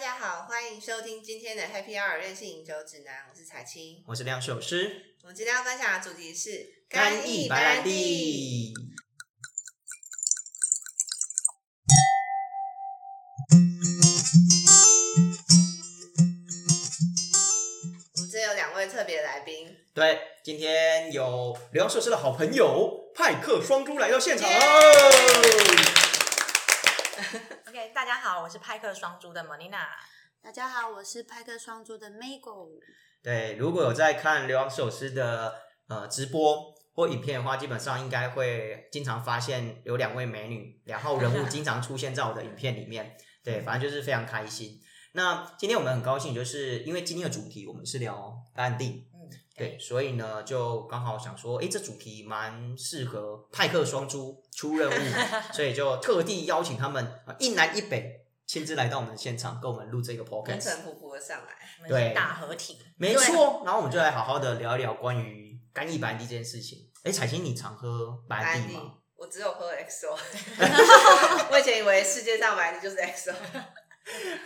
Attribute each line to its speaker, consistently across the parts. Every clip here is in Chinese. Speaker 1: 家好，欢迎收听今天的 Happy Hour 任性饮酒指南，我是彩青。
Speaker 2: 我是梁首诗，
Speaker 1: 我们今天要分享的主题是白
Speaker 2: 邑白
Speaker 1: 兰地。
Speaker 2: 地。
Speaker 1: 我们这有两位特别来宾，
Speaker 2: 对，今天有梁首诗的好朋友派克双猪来到现场
Speaker 1: 耶
Speaker 3: OK，大家好，我是派克双猪的 Manina。
Speaker 4: 大家好，我是派克双猪的 Mago。
Speaker 2: 对，如果有在看梁首诗的呃直播或影片的话，基本上应该会经常发现有两位美女，然后人物经常出现在我的影片里面。对，反正就是非常开心。那今天我们很高兴，就是因为今天的主题我们是聊白兰地，
Speaker 3: 嗯，
Speaker 2: 对，，所以呢，就刚好想说，诶，这主题蛮适合派克双猪出任务，所以就特地邀请他们呃一南一北亲自来到我们的现场，跟我们录这个
Speaker 1: 风
Speaker 2: podcast。
Speaker 1: 尘仆仆的上来。
Speaker 3: 我们
Speaker 2: 对
Speaker 3: 是大合体。
Speaker 2: 没错，然后我们就来好好的聊一聊关于干邑白兰地这件事情。诶，彩琴，你常喝白
Speaker 1: 白
Speaker 2: 兰
Speaker 1: 兰
Speaker 2: 地
Speaker 1: 地
Speaker 2: 吗？，
Speaker 1: 我只有喝 XO。我以前以为世界上白兰地就是 XO。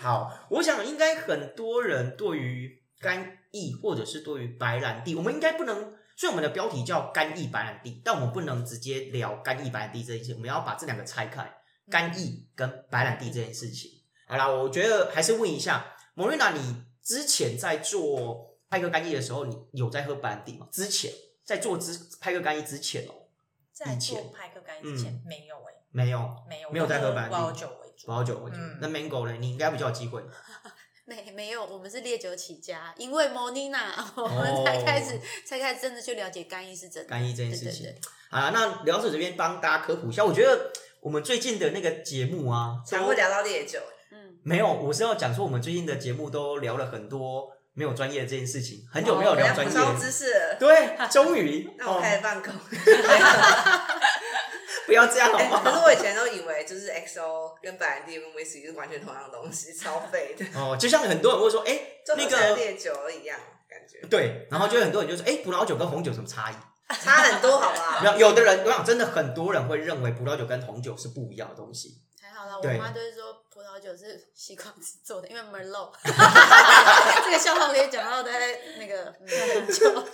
Speaker 2: 好，我想应该很多人对于干邑或者是对于白兰地，我们应该不能。虽然我们的标题叫干邑白兰地，但我们不能直接聊干邑白兰地这件事情，我们要把这两个拆开，干邑跟白兰地这件事情。好啦，我觉得还是问一下蒙瑞娜，你之前在做拍个干邑的时候，你有在喝白兰地吗？之前在做之拍个干邑之前哦，
Speaker 3: 在
Speaker 2: 以前
Speaker 3: 做派克干之前、没有哎、
Speaker 2: 没有，
Speaker 3: 没有
Speaker 2: 嗯没有在喝白
Speaker 3: 白
Speaker 2: 兰地
Speaker 3: 葡萄酒为主
Speaker 2: 葡。萄酒我觉得。
Speaker 3: 嗯
Speaker 2: 那 Mango 呢？你应该比较有机会。
Speaker 4: 没没有，我们是烈酒起家，因为 Monina，我 们才开始、才开始真的去了解干邑是真的。
Speaker 2: 哦干衣这件事情
Speaker 4: 对对
Speaker 2: 好啦，那聊手这边帮大家科普一下，我觉得我们最近的那个节目啊，
Speaker 1: 常会聊到烈酒，
Speaker 4: 嗯，
Speaker 2: 没有，我是要讲说我们最近的节目都聊了很多没有专业的这件事情，很久没有
Speaker 1: 哦我
Speaker 2: 聊
Speaker 1: 要
Speaker 2: 专
Speaker 1: 补
Speaker 2: 业。哦
Speaker 1: 充知识了。
Speaker 2: 对，终于
Speaker 1: 那我
Speaker 2: 哦，
Speaker 1: 开始放空。
Speaker 2: 不要这样好哦
Speaker 1: 哎
Speaker 2: 不
Speaker 1: 可是
Speaker 2: 好？
Speaker 1: 我以前都以为就是 XO 跟白兰地跟威士忌是完全同样的东西， 超废的，
Speaker 2: 哦，就像很多人会说，哎、
Speaker 1: 就
Speaker 2: 那
Speaker 1: 好像
Speaker 2: 个
Speaker 1: 烈酒一样，感觉
Speaker 2: 对，然后就有很多人就说，哎、葡萄酒跟红酒有什么差异？
Speaker 1: 差很多，好 吧？
Speaker 2: 然后有的人，我想真的很多人会认为葡萄酒跟红酒是不一样的东西。
Speaker 4: 还好啦，我
Speaker 2: 对
Speaker 4: 妈都是说葡萄酒是西瓜子做的，因 为 Merlot。这个笑话可以讲到在那个嗯很 久。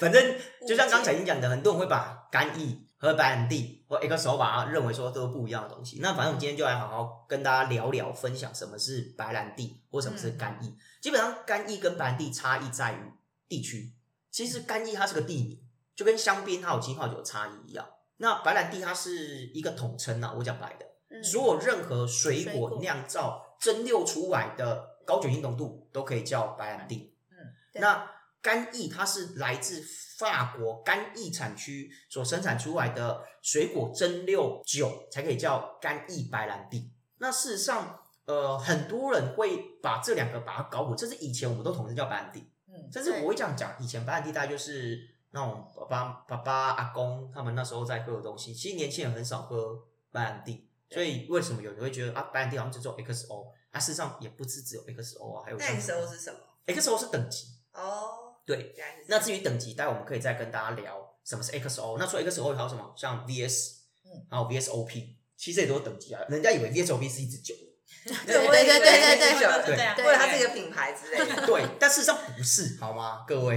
Speaker 2: 反正就像刚才你讲的，很多人会把干邑和白兰地或 XO 把它认为说都是不一样的东西。那反正我们今天就来好好跟大家聊聊，分享什么是白兰地或什么是干邑。基本上，干邑跟白兰地差异在于地区。其实干邑它是个地名，就跟香槟还有金号酒差异一样。那白兰地它是一个统称啊，我讲白的，
Speaker 4: 嗯
Speaker 2: 所有任何水
Speaker 4: 水
Speaker 2: 果
Speaker 4: 果
Speaker 2: 酿造蒸馏出来的高酒精浓度都可以叫白兰地。
Speaker 3: 嗯，
Speaker 4: 对
Speaker 2: 那干邑它是来自法国干邑产区所生产出来的水果蒸馏酒，才可以叫干邑白兰地。那事实上，呃，很多人会把这两个把它搞混，甚至以前我们都统称叫白兰地。
Speaker 3: 嗯，
Speaker 2: 甚至
Speaker 4: 对
Speaker 2: 我会这样讲，以前白兰地大概就是那种爸爸、爸爸、阿公他们那时候在喝的东西。其实年轻人很少喝白兰地，所以为什么有人会觉得啊，白兰地好像只有 XO？啊，事实上也不是只有 XO 啊，还有
Speaker 1: 那
Speaker 2: 像
Speaker 1: 你
Speaker 2: 什
Speaker 1: 时候
Speaker 2: 么
Speaker 1: 是什么？
Speaker 2: XO 是等级，
Speaker 1: 哦，
Speaker 2: 对。
Speaker 1: 原来是这
Speaker 2: 那
Speaker 1: 样
Speaker 2: 至于等级，待会我们可以再跟大家聊什么是 XO。那除了 XO 还有什么像 VS，
Speaker 3: 嗯
Speaker 2: 还有 VSOP，其实也都是等级啊。人家以为 VSOP 是一支酒，
Speaker 1: 对
Speaker 2: 对
Speaker 4: 对对对对对
Speaker 3: 对啊，
Speaker 4: 对
Speaker 1: 或者它是一个品牌之类的。
Speaker 2: 对，但事实上不是，好吗，各位？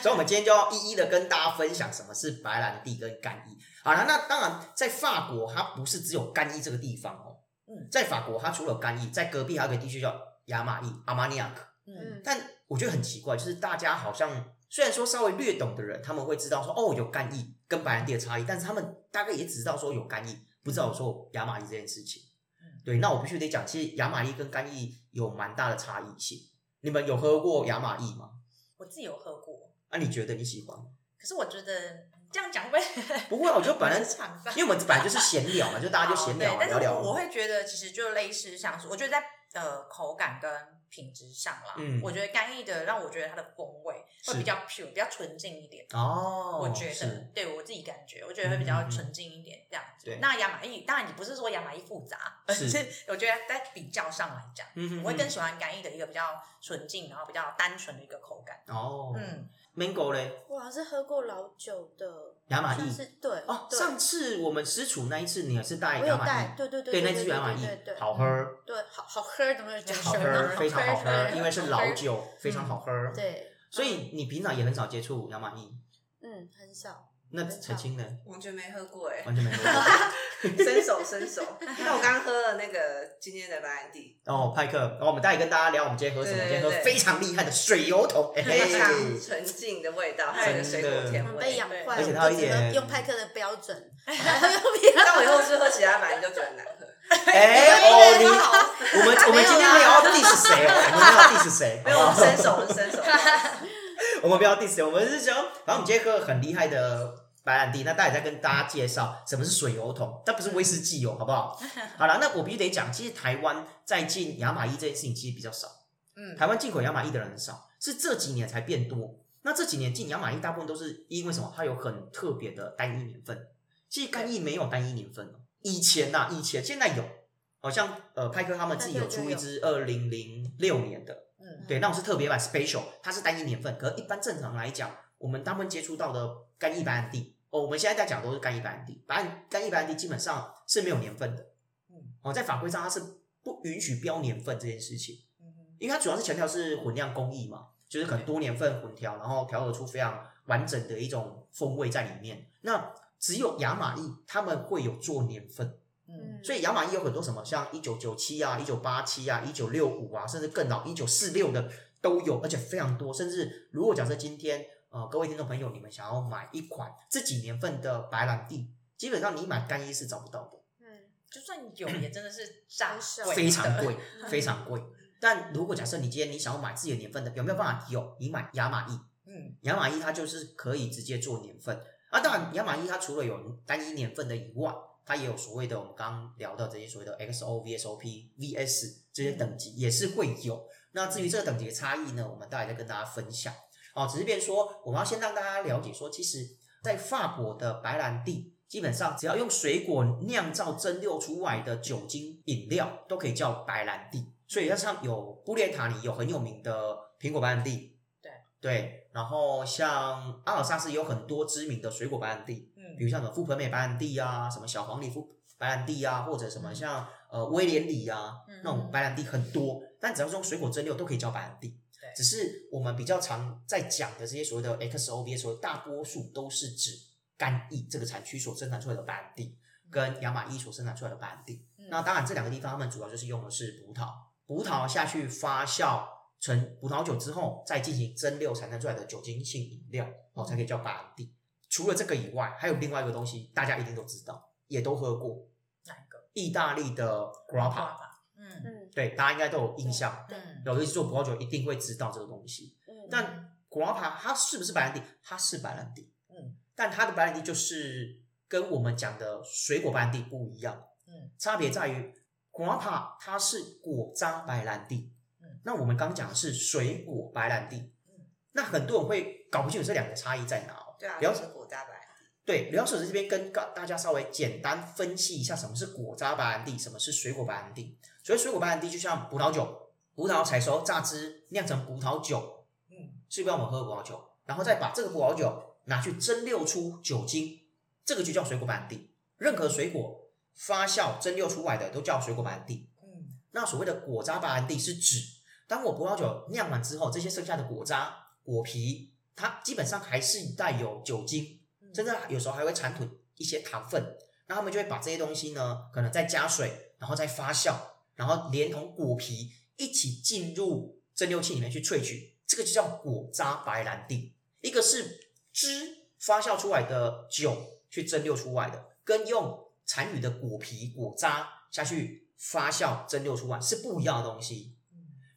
Speaker 2: 所以，我们今天就要一一的跟大家分享什么是白兰地跟干邑。好了，那当然，在法国它不是只有干邑这个地方哦，
Speaker 3: 嗯
Speaker 2: 在法国它除了干邑，在隔壁还有一个地区叫亚马邑 （Armagnac）。
Speaker 3: 嗯
Speaker 4: 嗯，
Speaker 2: 但我觉得很奇怪，就是大家好像虽然说稍微略懂的人，他们会知道说哦有干邑跟白兰地的差异，但是他们大概也只知道说有干邑，不知道说亚马邑这件事情
Speaker 3: 嗯。
Speaker 2: 对，那我必须得讲，其实亚马邑跟干邑有蛮大的差异性。你们有喝过亚马邑吗？
Speaker 3: 我自己有喝过，
Speaker 2: 啊，你觉得你喜欢 吗？
Speaker 3: 可是我觉得这样 讲会不会
Speaker 2: 不会啊，我觉得本来
Speaker 3: 是厂商
Speaker 2: 因为我们本来就是闲聊嘛，就大家就闲聊
Speaker 3: 好
Speaker 2: 啊
Speaker 3: 哦对
Speaker 2: 聊
Speaker 3: 但是
Speaker 2: 聊
Speaker 3: 我
Speaker 2: 啊。
Speaker 3: 我会觉得其实就类似像是，我觉得在呃口感跟品质上啦，
Speaker 2: 嗯
Speaker 3: 我觉得干邑的让我觉得它的风味会
Speaker 2: 是
Speaker 3: 比较 pure，比较纯净一点。
Speaker 2: 哦，
Speaker 3: 我觉得
Speaker 2: 是，嗯
Speaker 3: 对我自己感觉，我觉得会比较纯净一点这样子。
Speaker 2: 对
Speaker 3: 那亚麻衣当然你不是说亚麻衣复杂，而
Speaker 2: 是
Speaker 3: 呃是我觉得在比较上来讲，
Speaker 2: 嗯哼
Speaker 3: 我会更喜欢干邑的一个比较纯净，然后比较单纯的一个口感。
Speaker 2: 哦，
Speaker 3: 嗯，
Speaker 2: ，mango 嘞，
Speaker 4: 我好像是喝过老酒的，
Speaker 2: 亚麻
Speaker 4: 像
Speaker 2: 意
Speaker 4: 是对
Speaker 2: 哦。
Speaker 4: 对
Speaker 2: 上次我们私处那一次，你也是带
Speaker 4: 我
Speaker 2: 亚
Speaker 4: 有
Speaker 2: 麻
Speaker 4: 带，
Speaker 2: 意，
Speaker 4: 对对对
Speaker 2: 对，
Speaker 4: 对
Speaker 2: 那支
Speaker 4: 对
Speaker 2: 亚麻
Speaker 4: 对
Speaker 2: 意
Speaker 4: 对对
Speaker 2: 好喝儿，
Speaker 4: 对好好喝儿，怎么讲
Speaker 2: 好
Speaker 4: 好
Speaker 2: 喝儿，非常好喝儿，嗯因为是老，
Speaker 4: 好
Speaker 2: 酒，非常好喝儿。
Speaker 4: 喝，对，
Speaker 2: 所以你平常也很少接触亚麻意。
Speaker 4: 嗯，很少，
Speaker 2: 那
Speaker 4: 很少
Speaker 2: 陈青呢？
Speaker 1: 完全没喝过哎、
Speaker 2: 完全没喝过
Speaker 1: 伸手伸手。那我刚喝了那个今天的白兰地，
Speaker 2: 哦，派克，然后我们待会跟大家聊我们今天喝什么，
Speaker 1: 对
Speaker 2: 今天喝
Speaker 1: 对
Speaker 2: 非常厉害的水油桶，嘿
Speaker 4: 哎
Speaker 1: 非
Speaker 2: 嘿
Speaker 1: 常纯净的味道，还有一个水果甜
Speaker 4: 被
Speaker 1: 味
Speaker 4: 养。坏了，
Speaker 2: 而且它
Speaker 4: 我
Speaker 2: 有一
Speaker 4: 只能
Speaker 2: 点
Speaker 4: 用派克的标准，然后用别
Speaker 1: 但我以后是喝其他白兰地就觉得很难喝，
Speaker 2: 哎哦，你我们我们今天没有要 diss 谁哦，我们没有要 diss 谁，
Speaker 1: 没有
Speaker 4: 哦
Speaker 1: 我们伸手，我们 伸手。
Speaker 2: 我们不要 diss 谁，我们是想，然后我们今天喝很厉害的白兰地，那待会再跟大家介绍什么是水油桶，但不是威士忌哦，好不好？好了，那我必须得讲，其实台湾在进亚麻衣这件事情其实比较少，
Speaker 3: 嗯，
Speaker 2: 台湾进口亚麻衣的人很少，是这几年才变多。那这几年进亚麻衣大部分都是因为什么？它有很特别的单一年份，其实干邑没有单一年份哦。以前呐、以前现在有，好像呃派克他们自己有出一支二零零六年的，
Speaker 1: 嗯，
Speaker 2: 对，那种是特别版 special，它是单一年份。可是一般正常来讲，我们大部分接触到的干邑白兰地，哦，我们现在在讲都是干邑白兰地，白兰干邑白兰地基本上是没有年份的，
Speaker 1: 嗯，
Speaker 2: 哦，在法规上它是不允许标年份这件事情，因为它主要是强调是混酿工艺嘛，就是可能多年份混调，然后调和出非常完整的一种风味在里面。那只有雅马意他们会有做年份。
Speaker 1: 嗯，
Speaker 2: 所以雅马意有很多什么，像一九九七啊、一九八七啊、一九六五啊，甚至更老一九四六的都有，而且非常多。甚至如果假设今天呃各位听众朋友，你们想要买一款这几年份的白兰地，基本上你买干衣是找不到的，
Speaker 4: 嗯，
Speaker 3: 就算有也真的是炸
Speaker 4: 很少
Speaker 3: 贵的
Speaker 2: 非常 贵，
Speaker 4: 嗯
Speaker 2: 非常贵。但如果假设你今天你想要买自己的年份的，有没有办法？有，你买雅马意，
Speaker 3: 嗯
Speaker 2: 亚马伊它就是可以直接做年份啊。当然，亚马伊它除了有单一年份的以外，它也有所谓的我们刚刚聊到这些所谓的 XO、VSOP、VS 这些等级也是会有。那至于这个等级的差异呢，我们待会再跟大家分享哦。只是变说，我们要先让大家了解说，其实在法国的白兰地。基本上只要用水果酿造蒸馏出来的酒精饮料都可以叫白兰地，所以它像有布列塔尼有很有名的苹果白兰地，对，然后像阿尔萨斯有很多知名的水果白兰地，比
Speaker 3: 嗯
Speaker 2: 如像什么覆盆美白兰地啊，什么小黄梨覆白兰地啊，或者什么像呃威廉里啊，
Speaker 4: 嗯
Speaker 2: 那种白兰地很多，但只要是用水果蒸馏都可以叫白兰地
Speaker 3: 对。
Speaker 2: 只是我们比较常在讲的这些所谓的 XOB 所谓大多数都是指干邑这个产区所生产出来的白兰地，跟亚马邑所生产出来的白兰地。那当然，这两个地方他们主要就是用的是葡萄，葡萄下去发酵成葡萄酒之后，再进行蒸馏产生出来的酒精性饮料，哦，才可以叫白兰地。除了这个以外，还有另外一个东西，大家一定都知道，也都喝过，
Speaker 3: 哪一个？
Speaker 2: 意大利的 grappa，
Speaker 3: 嗯
Speaker 4: 嗯
Speaker 2: 对，大家应该都有印象。
Speaker 3: 嗯
Speaker 2: 有一次做葡萄酒一定会知道这个东西。
Speaker 4: 嗯，
Speaker 2: 但 grappa 它是不是白兰地？它是白兰地，
Speaker 3: 嗯，
Speaker 2: 但它的白兰地就是跟我们讲的水果白兰地不一样。
Speaker 3: 嗯，
Speaker 2: 差别在于 grappa 它是果渣白兰地，
Speaker 3: 嗯，
Speaker 2: 那我们刚讲的是水果白兰地，
Speaker 3: 嗯，
Speaker 2: 那很多人会搞不清楚这两个差异在哪哦。
Speaker 1: 对啊，
Speaker 2: 了
Speaker 1: 都
Speaker 2: 解
Speaker 1: 是果渣白，
Speaker 2: 对，刘老师这边跟大大家稍微简单分析一下什么是果渣白兰地，什么是水果白兰地。所以水果白兰地就像葡萄酒，葡萄采收、榨汁、酿成葡萄酒，
Speaker 3: 嗯
Speaker 2: 是不是让我们喝葡萄酒？然后再把这个葡萄酒拿去蒸馏出酒精，这个就叫水果白兰地。任何水果发酵蒸馏出来的都叫水果白兰地。
Speaker 3: 嗯
Speaker 2: 那所谓的果渣白兰地是指，当我葡萄酒酿完之后，这些剩下的果渣、果皮，它基本上还是带有酒精
Speaker 3: 嗯，
Speaker 2: 甚至有时候还会缠吐一些糖分。那他们就会把这些东西呢，可能再加水，然后再发酵，然后连同果皮一起进入蒸馏器里面去萃取，这个就叫果渣白兰地。一个是汁发酵出来的酒去蒸馏出来的，跟用残余的果皮果渣下去发酵蒸馏出来是不一样的东西。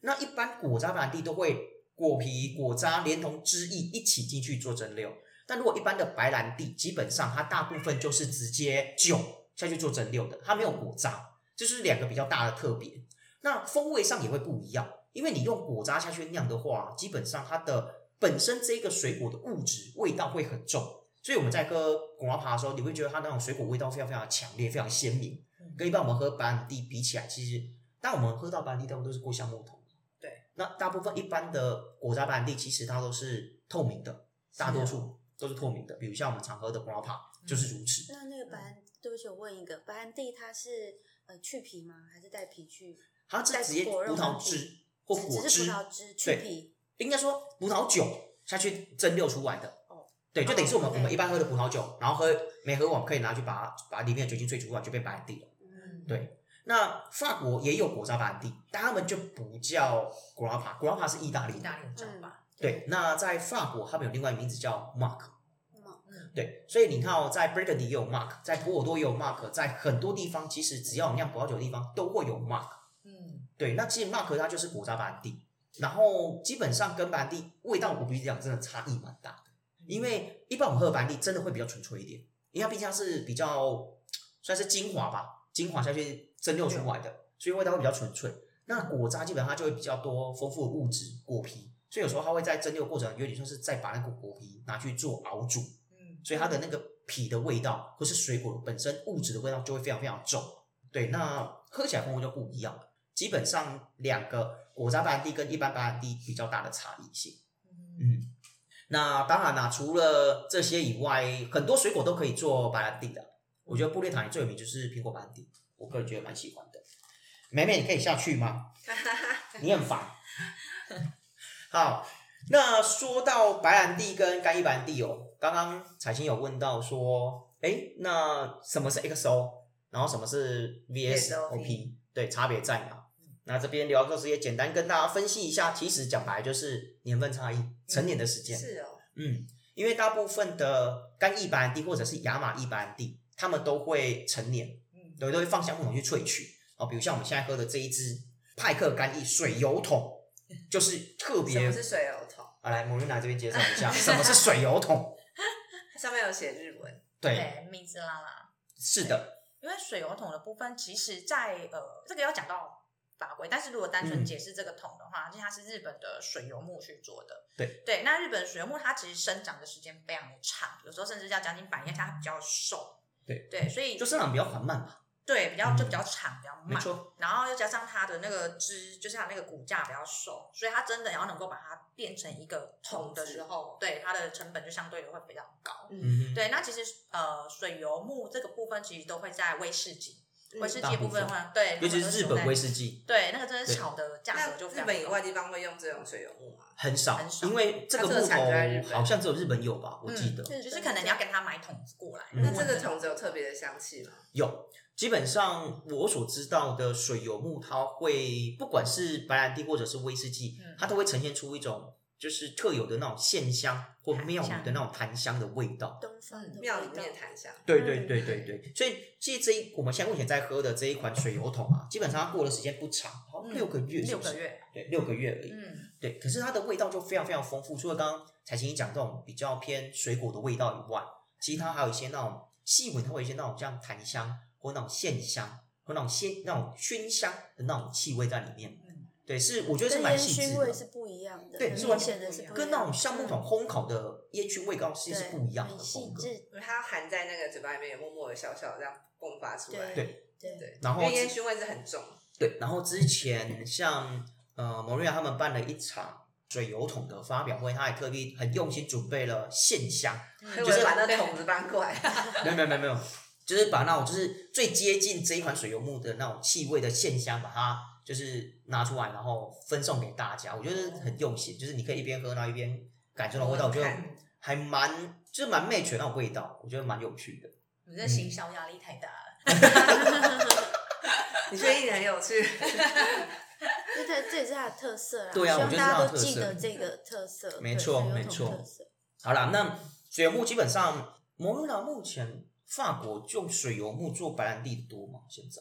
Speaker 2: 那一般果渣白兰地都会果皮果渣连同汁液一起进去做蒸馏，但如果一般的白兰地，基本上它大部分就是直接酒下去做蒸馏的，它没有果渣，这是两个比较大的特别。那风味上也会不一样，因为你用果渣下去酿的话，基本上它的本身这个水果的物质味道会很重，所以我们在喝果拉茶的时候，你会觉得它那种水果味道非常非常强烈，非常鲜明。
Speaker 3: 嗯
Speaker 2: 跟一般我们喝白兰地比起来，其实但我们喝到白兰地大部分都是过橡木桶，
Speaker 3: 对，
Speaker 2: 那大部分一般的果渣白兰地其实它都是透明的，大多数都是透明的，比如像我们常喝的 b r a p a 就是如此。
Speaker 4: 那那个白兰，对不起，我问一个，白兰地它是呃去皮吗？还是带皮去？
Speaker 2: 它是直接葡萄汁或
Speaker 4: 只
Speaker 2: 果
Speaker 4: 只是葡萄汁去
Speaker 2: 对
Speaker 4: 皮。
Speaker 2: 应该说葡萄酒下去蒸馏出来的。
Speaker 4: 哦
Speaker 2: 对，就等于是我们、
Speaker 4: 哦
Speaker 2: 我们一般喝的葡萄酒，然后喝没喝完可以拿去把它把里面的酒精萃取出来，就变白兰地了。
Speaker 4: 嗯，
Speaker 2: 对，那法国也有果渣白兰地，但他们就不叫 grappa，grappa 是意大利
Speaker 3: 意
Speaker 2: 的。
Speaker 3: 大利的招吧，
Speaker 2: 对，那在法国他们有另外一个名字叫 mark。
Speaker 4: 嗯
Speaker 2: 对，所以你看哦，在 Burgundy 也有 mark，在波尔多也有 mark，在很多地方其实只要有酿葡萄酒的地方都会有 mark。
Speaker 3: 嗯，
Speaker 2: 对，那其实 mark 它就是果渣白兰地，然后基本上跟白兰地味道，我必须讲真的差异蛮大的。因为一般我们喝白兰地真的会比较纯粹一点，因为它毕竟它是比较算是精华吧，精华下去蒸馏出来的，所以味道会比较纯粹。那果渣基本上它就会比较多丰富的物质果皮，所以有时候它会在蒸馏过程有点像是再把那个果皮拿去做熬煮，
Speaker 1: 嗯
Speaker 2: 所以它的那个皮的味道或是水果本身物质的味道就会非常非常重。对，那喝起来风味就不一样了。基本上两个果渣白兰地跟一般白兰地比较大的差异性。嗯，那当然啦，除了这些以外，很多水果都可以做白兰地的。我觉得布列塔尼最有名就是苹果白兰地，我个人觉得蛮喜欢的。美美，你可以下去吗？你很烦。好，那说到白兰地跟干邑白兰地哦，刚刚彩青有问到说，诶，那什么是 XO，然后什么是 VSOP，对，差别在哪？那这边聊到这些，简单跟大家分析一下。其实讲白了就是年份差异、成年的时间。
Speaker 1: 是哦，
Speaker 2: 嗯，因为大部分的干邑白兰地或者是亚马邑白兰地，他们都会成年，
Speaker 1: 嗯
Speaker 2: 对，都会放橡木桶去萃取。哦，比如像我们现在喝的这一支派克干邑水油桶，就是特
Speaker 1: 什
Speaker 2: 别
Speaker 1: 么。是水油桶？
Speaker 2: 啊，来，莫瑞娜这边介绍一下什么是水油桶。
Speaker 1: 它上面有写日文，
Speaker 2: 对，
Speaker 3: 对，米兹拉拉。
Speaker 2: 是的，
Speaker 3: 因为水油桶的部分，其实在呃，这个要讲到法规，但是如果单纯
Speaker 2: 嗯
Speaker 3: 解释这个桶的话，其实它是日本的水油木去做的。
Speaker 2: 对
Speaker 3: 对，那日本水油木它其实生长的时间非常的长，有时候甚至要将近百年，它比较瘦。
Speaker 2: 对
Speaker 3: 对，所以
Speaker 2: 就生长比较缓慢吧，
Speaker 3: 对比较就
Speaker 2: 嗯
Speaker 3: 比较长，比较
Speaker 2: 没
Speaker 3: 慢。
Speaker 2: 错。
Speaker 3: 然后又加上它的那个枝，就是它那个骨架比较瘦，所以它真的要能够把它变成一个桶的时候，对它的成本就相对的会比较高。
Speaker 2: 嗯哼，
Speaker 3: 对，那其实呃，水油木这个部分其实都会在威士忌，
Speaker 1: 嗯
Speaker 3: 威士忌
Speaker 2: 大
Speaker 3: 的
Speaker 2: 部
Speaker 3: 部分
Speaker 2: 分
Speaker 3: 会对，
Speaker 2: 尤其是
Speaker 3: 那个
Speaker 2: 日
Speaker 3: 都在
Speaker 2: 本威士忌
Speaker 3: 对，那个真的
Speaker 2: 对
Speaker 3: 是炒的价
Speaker 1: 那
Speaker 3: 格就非
Speaker 1: 日
Speaker 3: 常
Speaker 1: 本以
Speaker 3: 高
Speaker 1: 外地方会用这种水油木吗？
Speaker 2: 很少
Speaker 3: 很，少
Speaker 2: 因为这个
Speaker 1: 它这
Speaker 2: 木
Speaker 1: 个产地在日
Speaker 2: 头
Speaker 1: 本
Speaker 2: 好像只有日本有吧，我
Speaker 1: 嗯
Speaker 2: 记得。
Speaker 3: 就是可能你要跟他买桶子过来。
Speaker 2: 嗯
Speaker 1: 那这个桶子有特别的香气吗？
Speaker 2: 有，基本上我所知道的水油木，它会不管是白兰地或者是威士忌
Speaker 3: 嗯，
Speaker 2: 它都会呈现出一种就是特有的那种线香或庙宇的那种檀香的味道。
Speaker 4: 东方的
Speaker 1: 嗯庙里
Speaker 4: 味道
Speaker 1: 面檀香，
Speaker 2: 对对对对对，所以其实这一我们现在目前在喝的这一款水油桶啊，基本上它过的时间不长，好像
Speaker 3: 嗯
Speaker 2: 六个月是
Speaker 3: 六
Speaker 2: 不是，
Speaker 3: 个月，
Speaker 2: 对，六个月而已。
Speaker 3: 嗯，
Speaker 2: 对，可是它的味道就非常非常丰富。除了刚刚彩琴讲这种比较偏水果的味道以外，其实它还有一些那种细闻，它会有一些那种像檀香或那种线香或那种鲜那种熏香的那种气味在里面。
Speaker 3: 嗯
Speaker 2: 对，是我觉得是
Speaker 4: 跟
Speaker 2: 蛮
Speaker 4: 烟
Speaker 2: 细致
Speaker 4: 熏味是
Speaker 2: 的，
Speaker 4: 不一样的，
Speaker 2: 对
Speaker 4: 很
Speaker 2: 是
Speaker 4: 明
Speaker 2: 完
Speaker 4: 显的
Speaker 1: 全
Speaker 4: 是
Speaker 1: 不一样
Speaker 4: 不一样
Speaker 2: 跟那种橡木桶
Speaker 4: 嗯
Speaker 2: 烘烤的烟熏味道其实是
Speaker 4: 对
Speaker 2: 不一样的
Speaker 4: 很
Speaker 2: 风
Speaker 4: 细
Speaker 2: 格。
Speaker 4: 致，
Speaker 1: 因为它含在那个嘴巴里面，也默默的小小的这样迸发出来。
Speaker 4: 对对，
Speaker 1: 对，
Speaker 2: 然后
Speaker 1: 因为烟熏味是很重。
Speaker 2: 对，然后之前像呃蒙瑞亚他们办了一场水油桶的发表会，他还特地很用心准备了线香。
Speaker 4: 嗯
Speaker 1: 所以
Speaker 2: 就是
Speaker 1: 我把那桶子搬过来，
Speaker 2: 没有没有没有没有，就是把那种就是最接近这一款水油木的那种气味的线香，把它就是拿出来，然后分送给大家。我觉得很用心，就是你可以一边喝，然后一边感受到味道，我觉得
Speaker 1: 看
Speaker 2: 还蛮就是蛮 match 的那种味道，我觉得蛮有趣的。
Speaker 3: 你这行销压力太大了。
Speaker 1: 你觉得一点很有趣，
Speaker 4: 因为它这也是它的特色啦，
Speaker 2: 对啊
Speaker 4: 希
Speaker 2: 我
Speaker 4: 望
Speaker 2: 觉得是它
Speaker 4: 大
Speaker 2: 的
Speaker 4: 家都记
Speaker 2: 特色嗯
Speaker 4: 得这个特色，
Speaker 2: 没
Speaker 4: 对
Speaker 2: 错
Speaker 4: 水油
Speaker 2: 没
Speaker 4: 桶
Speaker 2: 错
Speaker 4: 特色
Speaker 2: 好啦，那水油木基本上，蒙瑞拉目前法国用水油木做白兰地的多吗？现在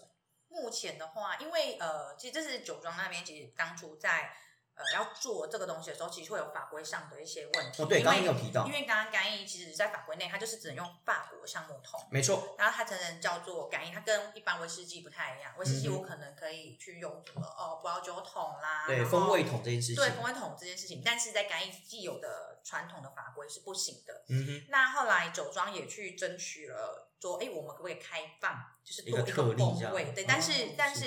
Speaker 3: 目前的话，因为呃，其实这是酒庄那边，其实当初在呃要做这个东西的时候，其实会有法规上的一些问题。
Speaker 2: 哦，对，
Speaker 3: 因
Speaker 2: 刚刚
Speaker 3: 为
Speaker 2: 你有提到
Speaker 3: 因，为刚刚干邑其实在法规内，它就是只能用法国橡木桶，
Speaker 2: 没错，
Speaker 3: 然后它才能叫做干邑，它跟一般威士忌不太一样。威士忌
Speaker 2: 嗯
Speaker 3: 我可能可以去用什么哦葡萄酒桶啦，
Speaker 2: 对
Speaker 3: 然后
Speaker 2: 风味桶这件事情，
Speaker 3: 对风味桶这件事情，但是在干邑既有的传统的法规是不行的。
Speaker 2: 嗯哼，
Speaker 3: 那后来酒庄也去争取了，说，哎、我们可不可以开放，就是
Speaker 2: 一
Speaker 3: 多
Speaker 2: 个
Speaker 3: 一
Speaker 2: 特
Speaker 3: 个
Speaker 2: 例这
Speaker 3: 工
Speaker 2: 样
Speaker 3: 位？对，
Speaker 2: 哦
Speaker 3: 但是、
Speaker 2: 是
Speaker 3: 但是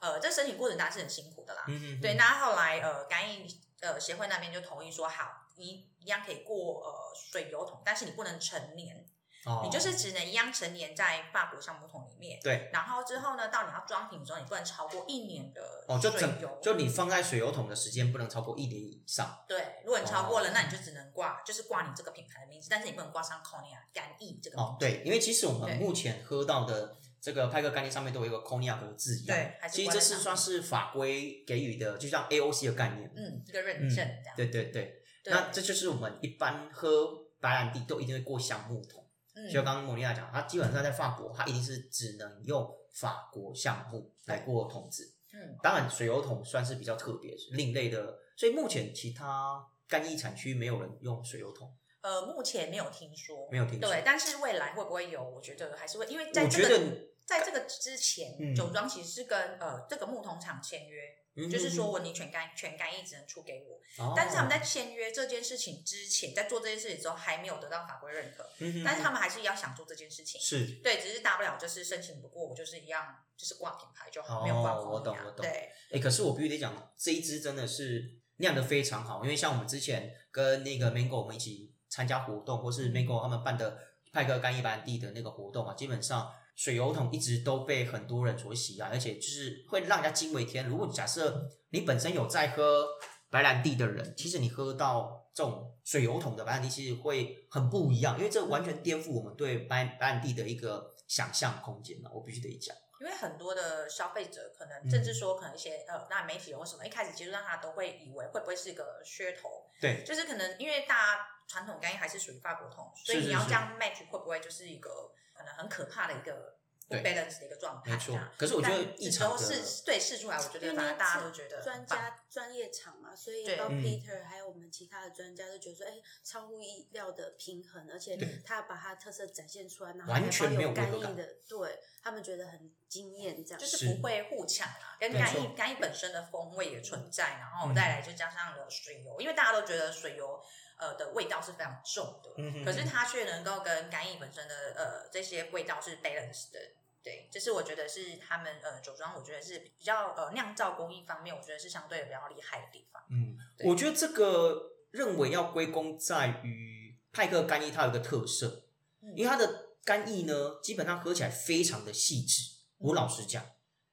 Speaker 3: 呃，这申请过程当然是很辛苦的啦。
Speaker 2: 嗯哼，
Speaker 3: 对，那后来呃，干邑呃协会那边就同意说好，你一样可以过呃水油桶，但是你不能成年，
Speaker 2: 哦
Speaker 3: 你就是只能一样成年在法国橡木桶里面。
Speaker 2: 对
Speaker 3: 然后之后呢，到你要装瓶的时候，你不能超过一年的
Speaker 2: 哦，就
Speaker 3: 水
Speaker 2: 整
Speaker 3: 油。
Speaker 2: 就你放在水油桶的时间不能超过一年以上。
Speaker 3: 对，如果你超过了，
Speaker 2: 哦
Speaker 3: 那你就只能挂，就是挂你这个品牌的名字，但是你不能挂上 Konya 干邑这个名字。
Speaker 2: 哦，对，因为其实我们
Speaker 3: 对
Speaker 2: 目前喝到的这个派克干念上面都有一个 cognac 的字样，
Speaker 3: 对还是
Speaker 2: 其实
Speaker 3: 关
Speaker 2: 这
Speaker 3: 在
Speaker 2: 是
Speaker 3: 上面
Speaker 2: 算是法规给予的，就像 AOC 的概念。
Speaker 3: 嗯，一个认证这样。
Speaker 2: 对对对，
Speaker 3: 对
Speaker 2: 那这就是我们一般喝白兰地都一定会过橡木桶。就
Speaker 3: 嗯，
Speaker 2: 刚刚莫妮亚讲，它基本上在法国，它一定是只能用法国项目来过统治。
Speaker 3: 嗯，
Speaker 2: 当然，水油桶算是比较特别、另类的，所以目前其他干邑产区没有人用水油桶。
Speaker 3: 呃，目前没有听说，
Speaker 2: 没有听说
Speaker 3: 对，但是未来会不会有？我觉得还是会，因为在
Speaker 2: 我
Speaker 3: 这
Speaker 2: 觉
Speaker 3: 个
Speaker 2: 得
Speaker 3: 在这个之前，
Speaker 2: 嗯
Speaker 3: 酒庄其实是跟呃这个木桶厂签约，
Speaker 2: 嗯
Speaker 3: 就是说我你全干全干邑只能出给我，
Speaker 2: 哦
Speaker 3: 但是他们在签约这件事情之前，在做这件事情之后还没有得到法规认可，
Speaker 2: 嗯哼
Speaker 3: 但是他们还是要想做这件事情。
Speaker 2: 是
Speaker 3: 对，只是大不了就是申请不过，我就是一样，就是挂品牌就好，
Speaker 2: 哦
Speaker 3: 没有挂
Speaker 2: 我懂
Speaker 3: 口音啊
Speaker 2: 我懂
Speaker 3: 对，
Speaker 2: 哎、可是我必须得讲，这一支真的是酿的非常好，因为像我们之前跟那个 Mango 我们一起参加活动，或是 Mango 他们办的派克干邑白兰地的那个活动啊，基本上水油桶一直都被很多人所喜爱，而且就是会让人家惊为天人。如果假设你本身有在喝白兰地的人，其实你喝到这种水油桶的白兰地，其实会很不一样，因为这完全颠覆我们对白白兰地的一个想象空间了。我必须得讲，
Speaker 3: 因为很多的消费者可能，
Speaker 2: 嗯
Speaker 3: 甚至说可能一些呃，那媒体人或什么，一开始接触到它都会以为会不会是个噱头，
Speaker 2: 对，
Speaker 3: 就是可能因为大家传统干衣还是属于法国桶，所以
Speaker 2: 是是
Speaker 3: 你要
Speaker 2: 是
Speaker 3: 这样 match 会不会就是一个可能很可怕的一个不
Speaker 2: 对
Speaker 3: balance 的一个状态
Speaker 2: 没
Speaker 3: 这
Speaker 2: 错
Speaker 3: 样？。
Speaker 2: 可是我觉得
Speaker 3: 但
Speaker 2: 异
Speaker 3: 这时
Speaker 2: 常
Speaker 3: 候
Speaker 2: 的。
Speaker 3: 试对试出来，我觉
Speaker 4: 因
Speaker 3: 得
Speaker 4: 为
Speaker 3: 反而
Speaker 4: 那
Speaker 3: 大家
Speaker 4: 是
Speaker 3: 都觉得
Speaker 4: 专
Speaker 3: 很棒
Speaker 4: 家专业场嘛，所以
Speaker 3: 对
Speaker 4: 包
Speaker 2: 嗯
Speaker 4: Peter 还有我们其他的专家都觉得说，哎、超乎意料的平衡，而且
Speaker 2: 对
Speaker 4: 他把他特色展现出来，然后
Speaker 2: 完全
Speaker 4: 还包
Speaker 2: 没有违
Speaker 4: 干
Speaker 2: 和感
Speaker 4: 溢的，对他们觉得很惊艳，这样
Speaker 3: 就是
Speaker 2: 是
Speaker 3: 不会互抢啊，跟
Speaker 2: 没
Speaker 3: 干
Speaker 2: 错
Speaker 3: 邑干邑本身的风味也存在，然后
Speaker 2: 嗯
Speaker 3: 再来就加上了水油，因为大家都觉得水油呃的味道是非常重的，
Speaker 2: 嗯哼
Speaker 3: 可是它却能够跟干邑本身的呃这些味道是 balance 的。对，这是我觉得是他们呃酒庄，我觉得是比较呃酿造工艺方面，我觉得是相对比较厉害的地方。
Speaker 2: 嗯，
Speaker 3: 对
Speaker 2: 我觉得这个认为要归功在于派克干邑它有一个特色，
Speaker 3: 嗯
Speaker 2: 因为它的干邑呢，基本上喝起来非常的细致。
Speaker 3: 嗯
Speaker 2: 我老实讲，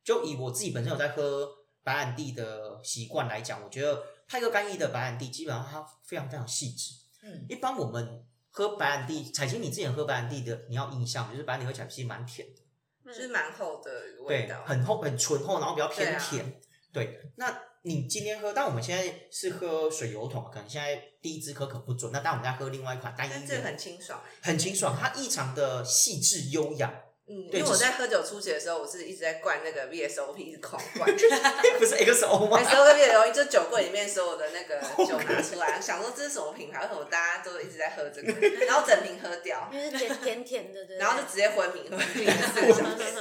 Speaker 2: 就以我自己本身有在喝白兰地的习惯来讲，我觉得派克干邑的白兰地基本上它非常非常细致。
Speaker 3: 嗯，
Speaker 2: 一般我们喝白兰地，彩琴你之前喝白兰地的，你要印象就是白兰地喝起来其实蛮甜的。
Speaker 1: 就是蛮厚的一个味
Speaker 2: 对
Speaker 1: 道，，
Speaker 2: 很厚很醇厚，然后比较
Speaker 1: 对
Speaker 2: 偏
Speaker 1: 啊
Speaker 2: 甜。对，那你今天喝，但我们现在是喝水油桶，可能现在第一支可可不准，那但我们在喝另外一款单
Speaker 1: 但
Speaker 2: 一
Speaker 1: 这个
Speaker 2: 的，
Speaker 1: 很清爽。欸
Speaker 2: 很清爽，它异常的细致优雅，
Speaker 1: 嗯，因
Speaker 2: 对
Speaker 1: 为我
Speaker 2: 就是
Speaker 1: 在喝酒初期的时候，我是一直在灌那个 VSOP，一直狂灌，
Speaker 2: 不是 XO
Speaker 1: 每
Speaker 2: 吗？
Speaker 1: 次都变容易，就酒柜里面所有的那个酒拿出来，想说这是什么品牌，为什么大家都一直在喝这个，然后整瓶喝掉，
Speaker 4: 因为是甜甜甜的，对不对，
Speaker 1: 然后就直接昏迷，昏迷四个小时，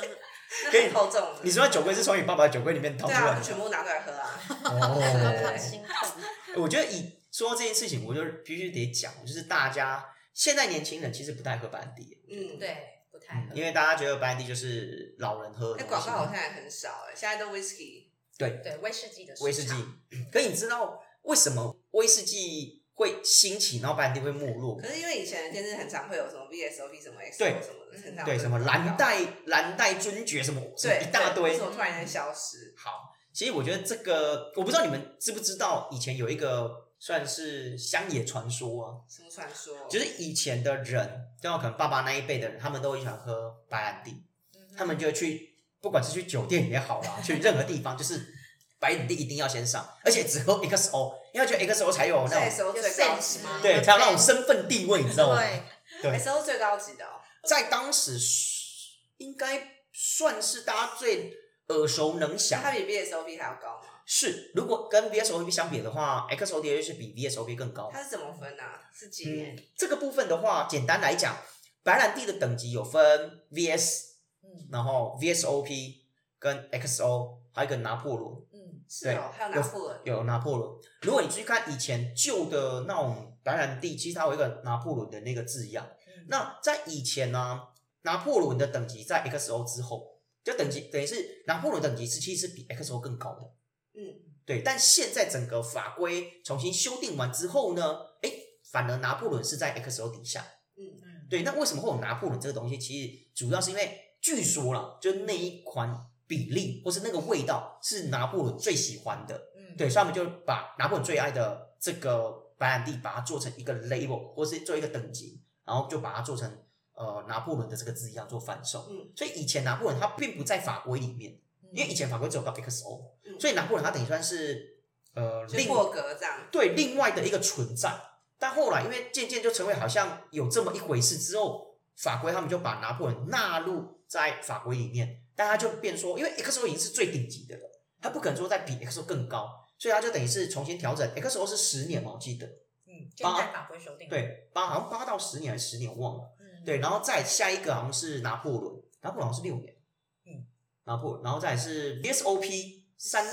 Speaker 1: 那很厚重的。
Speaker 2: 你说的酒柜是从你爸爸的酒柜里面掏
Speaker 1: 对
Speaker 2: 出
Speaker 1: 啊，
Speaker 2: 来
Speaker 1: 我
Speaker 2: 的
Speaker 1: 全部拿出来喝啊。
Speaker 4: 然后
Speaker 2: 哦
Speaker 4: 好心痛。
Speaker 2: 我觉得以说到这件事情，我就必须得讲，就是大家现在年轻人其实不太喝白兰地，
Speaker 1: 嗯，。
Speaker 3: 对，不太
Speaker 2: 嗯
Speaker 3: 合。
Speaker 2: 因为大家觉得白兰地就是老人喝的
Speaker 1: 那
Speaker 2: 东西，
Speaker 1: 哎广告好像也很少哎、现在都 whisky
Speaker 2: 对，
Speaker 3: 对威士忌的市
Speaker 2: 威士忌
Speaker 3: 场。。
Speaker 2: 可你知道为什么威士忌会兴起，然后白兰地会没落吗
Speaker 1: 可？是因为以前的天津很常会有什么 VSOP 什么 XO
Speaker 2: 对
Speaker 1: 什么的，很常
Speaker 2: 对，
Speaker 1: 会
Speaker 2: 什么
Speaker 1: 有
Speaker 2: 蓝
Speaker 1: 广告
Speaker 2: 带蓝带尊爵什么，什么
Speaker 1: 对
Speaker 2: 一大堆
Speaker 1: 为什。么突然间消失？
Speaker 2: 好，其实我觉得这个，我不知道你们知不知道，以前有一个算是乡野传说啊，
Speaker 1: 什么传说？
Speaker 2: 就是以前的人，就像可能爸爸那一辈的人，他们都很喜欢喝白兰地，
Speaker 1: 嗯
Speaker 2: 他们就去，不管是去酒店也好 啦，去任何地方，就是白兰地一定要先上，而且只喝 XO，因为觉得 XO 才有那种
Speaker 1: XO
Speaker 4: 有
Speaker 1: 最高
Speaker 4: sense
Speaker 1: 级
Speaker 4: 吗
Speaker 2: 对，才有那种身份地位，你知道吗？
Speaker 4: 对，
Speaker 2: 对
Speaker 1: ，XO 最高级的哦。
Speaker 2: 在当时应该算是大家最耳熟能
Speaker 1: 那它
Speaker 2: 详。
Speaker 1: 比 VSOP 还要高吗？
Speaker 2: 是，如果跟 VSOP 相比的话，XODA 是比 VSOP 更高。
Speaker 1: 它是怎么分啊？是几年？
Speaker 2: 嗯，这个部分的话，简单来讲，白兰地的等级有分 VS，
Speaker 3: 嗯
Speaker 2: 然后 VSOP 跟 XO，还有一个拿破仑。
Speaker 3: 嗯，
Speaker 1: 是哦，还有拿破仑。
Speaker 2: 有拿破仑。如果你去看以前旧的那种白兰地，其实它有一个拿破仑的那个字样。
Speaker 3: 嗯
Speaker 2: 那在以前呢、拿破仑的等级在 XO 之后，就等级等于是拿破仑等级是其实是比 XO 更高的。
Speaker 1: 嗯，
Speaker 2: 对，但现在整个法规重新修订完之后呢，哎，反而拿破仑是在 XO 底下。
Speaker 1: 嗯，
Speaker 3: 嗯，
Speaker 2: 对，那为什么会有拿破仑这个东西？其实主要是因为据说啦，就是那一款比例或是那个味道是拿破仑最喜欢的。
Speaker 3: 嗯，
Speaker 2: 对，所以他们就把拿破仑最爱的这个白兰地，把它做成一个 label 或是做一个等级，然后就把它做成呃拿破仑的这个字样做贩售。
Speaker 1: 嗯，
Speaker 2: 所以以前拿破仑他并不在法规里面，因为以前法规只有到 XO，、
Speaker 1: 嗯
Speaker 2: 所以拿破仑他等于算是呃
Speaker 1: 就
Speaker 2: 另
Speaker 1: 破格这样，
Speaker 2: 对另外的一个存在。但后来因为渐渐就成为好像有这么一回事之后，法规他们就把拿破仑纳入在法规里面，但他就变说，因为 XO 已经是最顶级的了，他不可能说再比 XO 更高，所以他就等于是重新调整 XO 是十年嘛，我记得
Speaker 3: 嗯，现在法规修订，，
Speaker 2: 对八好像八到十年还是十年我忘了，
Speaker 3: 嗯，
Speaker 2: 对，然后再下一个好像是拿破仑，拿破仑好像是六年，
Speaker 3: 嗯，
Speaker 2: 拿破仑，然后再来是 VSOP 三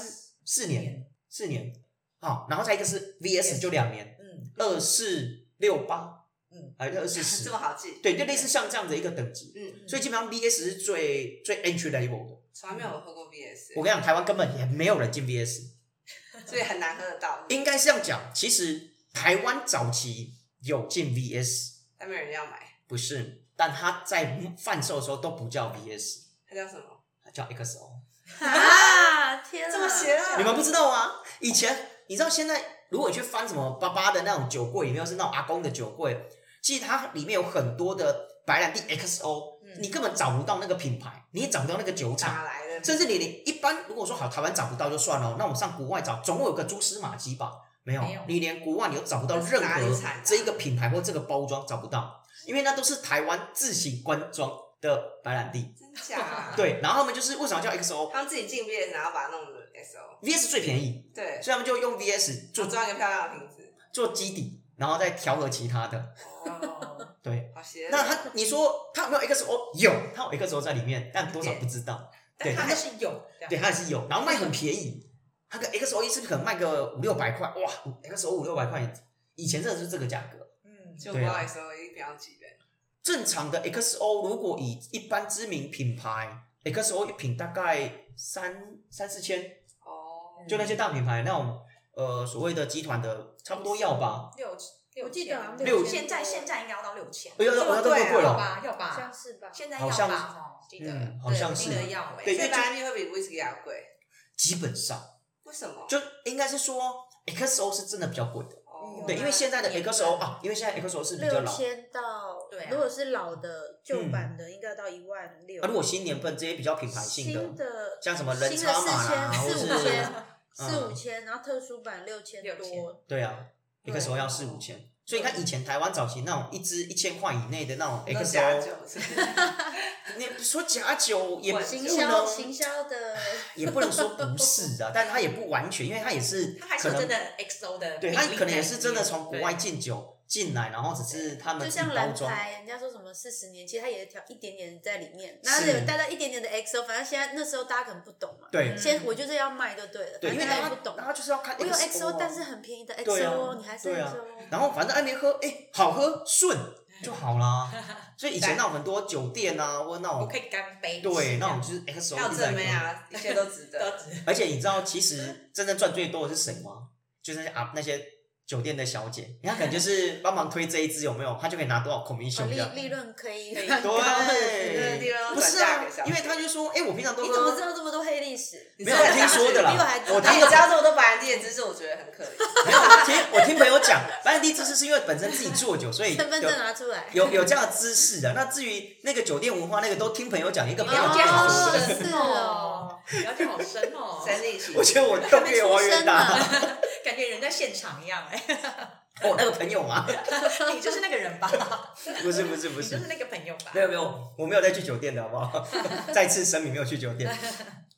Speaker 2: 四年四年，好，然后再一个是 VS 就两年。
Speaker 3: 嗯，
Speaker 2: 二四六八，
Speaker 3: 嗯，
Speaker 2: 还是二四
Speaker 1: 这
Speaker 2: 十
Speaker 1: 么，好记，
Speaker 2: 对，就类似像这样的一个等级。
Speaker 1: 嗯，
Speaker 2: 所以基本上 VS 是最最 entry level 的。
Speaker 1: 从来没有喝过 VS，
Speaker 2: 嗯我跟你讲，台湾根本也没有人进 VS，
Speaker 1: 所以很难喝得到，
Speaker 2: 应该是这样讲。其实台湾早期有进 VS，
Speaker 1: 但没有人要买，
Speaker 2: 不是，但它在贩售的时候都不叫 VS，
Speaker 1: 它叫什么？
Speaker 2: 它叫 XO。
Speaker 4: 啊，天啊，
Speaker 1: 这么邪恶
Speaker 2: 你们不知道吗？以前你知道现在如果你去翻什么巴巴的那种酒柜，里面是那种阿公的酒柜，其实它里面有很多的白兰地 XO，、
Speaker 3: 嗯
Speaker 2: 你根本找不到那个品牌，你也找不到那个酒厂，
Speaker 1: 哪来的？
Speaker 2: 甚至你连一般如果说好台湾找不到就算了，那我们上国外找，总会有个蛛丝马迹吧？没有，
Speaker 3: 没有
Speaker 2: 你连国外你都找不到任
Speaker 1: 哪里
Speaker 2: 何
Speaker 1: 产的
Speaker 2: 这一个品牌或这个包装找不到，因为那都是台湾自行官装的白兰地。
Speaker 1: 真假？，啊
Speaker 2: 对，然后他们就是为什么叫 XO？VS
Speaker 1: 他们自己进 VS，然后把它弄成 SO，
Speaker 2: 最便宜，
Speaker 1: 对，
Speaker 2: 所以他们就用 VS 做
Speaker 1: 就装一个漂亮的瓶子，
Speaker 2: 做基底，然后再调和其他的。
Speaker 3: 哦，
Speaker 2: 对，
Speaker 1: 好邪恶。
Speaker 2: 那他你说他有没有 XO？有，他有 XO 在里面，但多少不知道。对，
Speaker 3: 但它
Speaker 2: 他
Speaker 3: 还是有，这样
Speaker 2: 对，他也是有，然后卖很便宜，他个 XO E 一是不是可能卖个五六百块？哇，XO 五六百块，以前真的是这个价格。
Speaker 3: 嗯，
Speaker 1: 就不
Speaker 2: 啊
Speaker 1: 知道 SO 一定要几人，
Speaker 2: 正常的 XO 如果以一般知名品牌 XO 一瓶大概三三四千，
Speaker 1: 哦，
Speaker 2: 就那些大品牌那种呃所谓的集团的差不多要吧。
Speaker 3: 嗯六，
Speaker 4: 我记得好像
Speaker 2: 六
Speaker 3: 现在现在应该要到六千，
Speaker 2: 哎呦，那那都
Speaker 1: 对
Speaker 2: 会
Speaker 1: 啊
Speaker 2: 贵
Speaker 3: 要
Speaker 2: 了，
Speaker 3: 吧，要
Speaker 4: 好
Speaker 3: 吧
Speaker 4: 像，是吧？
Speaker 3: 现在
Speaker 2: 好
Speaker 3: 要
Speaker 2: 像
Speaker 3: 吧，哦记得，
Speaker 2: 嗯好
Speaker 3: 对
Speaker 2: 像
Speaker 3: 我记得
Speaker 2: 是
Speaker 3: 要，哎
Speaker 2: 对因
Speaker 1: 所
Speaker 2: 为
Speaker 1: 以白兰地会比 whisky 还要贵，
Speaker 2: 基本上。
Speaker 1: 为什么？
Speaker 2: 就应该是说 XO 是真的比较贵的，
Speaker 1: 哦
Speaker 2: 对，因为现在的
Speaker 3: 年
Speaker 2: XO
Speaker 3: 份
Speaker 2: 啊，因为现在 XO 是比较
Speaker 4: 六
Speaker 2: 老啊，
Speaker 4: 千到，
Speaker 3: 对啊
Speaker 4: 如果是老的旧版的，应该到一万六。
Speaker 2: 啊如果新年份这些比较品牌性
Speaker 4: 新
Speaker 2: 的，
Speaker 4: 的
Speaker 2: 像什么人
Speaker 4: 新
Speaker 2: 差
Speaker 4: 的
Speaker 2: 码啦，或
Speaker 4: 四千、
Speaker 2: 是嗯
Speaker 4: 四五千、四五千，然后特殊版六千
Speaker 3: 6000
Speaker 4: 多，
Speaker 2: 对啊，XO 要四五千，所以你看以前台湾早期那种一支一千块以内的那种
Speaker 1: 都假
Speaker 2: XO，
Speaker 1: 酒是不是？
Speaker 2: 你说假酒也不
Speaker 1: 混
Speaker 4: 行
Speaker 1: 不
Speaker 4: 销
Speaker 2: 能
Speaker 4: 行销的，
Speaker 2: 也不能说不是啊，但它也不完全，因为它也是
Speaker 3: 它还是
Speaker 2: 可
Speaker 3: 有真
Speaker 2: 能
Speaker 3: 的 XO 的比
Speaker 2: 对
Speaker 3: 例
Speaker 2: 它
Speaker 3: 在里面，
Speaker 2: 可能也是真的从国
Speaker 3: 对
Speaker 2: 外进酒进来，然后只是他们
Speaker 4: 就
Speaker 2: 自己
Speaker 4: 像
Speaker 2: 包
Speaker 4: 蓝
Speaker 2: 装。
Speaker 4: 牌，人家说什么四十年，其实它也调一点点在里面，然后有带到一点点的 XO，反正现在那时候大家可能不懂嘛，
Speaker 2: 对
Speaker 3: 嗯
Speaker 4: 先我就是要卖就对了，
Speaker 2: 对，
Speaker 4: 反
Speaker 2: 因为
Speaker 4: 正大家
Speaker 2: 大
Speaker 4: 不
Speaker 2: 家
Speaker 4: 懂
Speaker 2: 大。家就是要看
Speaker 4: 我有
Speaker 2: XO，
Speaker 4: XO，
Speaker 2: 啊
Speaker 4: 但是很便宜的
Speaker 2: 对
Speaker 4: XO，
Speaker 2: 啊
Speaker 4: 哦你还是
Speaker 2: 对啊
Speaker 4: XO 哦。
Speaker 2: 然后反正爱没喝，哎、好喝顺就好啦。所以以前那种很多酒店啊，或那
Speaker 3: 我
Speaker 2: 种
Speaker 3: 可以干杯，
Speaker 2: 对那种就是 XO
Speaker 1: 要
Speaker 2: 一直在
Speaker 1: 正
Speaker 2: 喝
Speaker 1: 妹。啊，一切都值
Speaker 3: 这样
Speaker 1: 得。
Speaker 3: 都只
Speaker 2: 而且你知道，其实真正赚最多的是谁吗？就是那些啊那些酒店的小姐，你看可能就是帮忙推这一支有没有，她就可以拿多少 commission 这样
Speaker 4: 哦。利利润可以
Speaker 3: 可以
Speaker 4: 很高
Speaker 2: 啊
Speaker 1: 就是利润
Speaker 2: 对，不是
Speaker 1: 转嫁
Speaker 2: 啊
Speaker 1: 给小，姐
Speaker 2: 因为她就说，哎、我平常都
Speaker 4: 你
Speaker 2: 喝，
Speaker 4: 怎么知道这么多黑历史？
Speaker 1: 你
Speaker 2: 没有我听说的啦，
Speaker 4: 比我还
Speaker 2: 我
Speaker 1: 他
Speaker 2: 听
Speaker 1: 也教这么多白兰地的知识，我觉得很可怜。
Speaker 2: 没有我听我听朋友讲，白兰地知识是因为本身自己做酒，所以
Speaker 4: 身 份
Speaker 2: 有
Speaker 4: 证拿出来。
Speaker 2: 有有这样的知识的。那至于那个酒店文化，那个都听朋友讲，一个
Speaker 3: 你
Speaker 2: 朋友
Speaker 3: 了
Speaker 2: 讲
Speaker 3: 解好
Speaker 2: 说的。
Speaker 4: 是
Speaker 3: 深
Speaker 4: 哦
Speaker 3: 哦，了解好深哦，
Speaker 1: 三立起
Speaker 2: 我觉得我洞越挖越大。
Speaker 3: 感觉人在现场一样哎，
Speaker 2: 哦，那个朋友吗？
Speaker 3: 你就是那个人吧，
Speaker 2: 不是不是 不，
Speaker 3: 你就是是那个朋友吧
Speaker 2: 没，有没有，我没有再去酒店的好不好？ 再次声明，没有去酒店。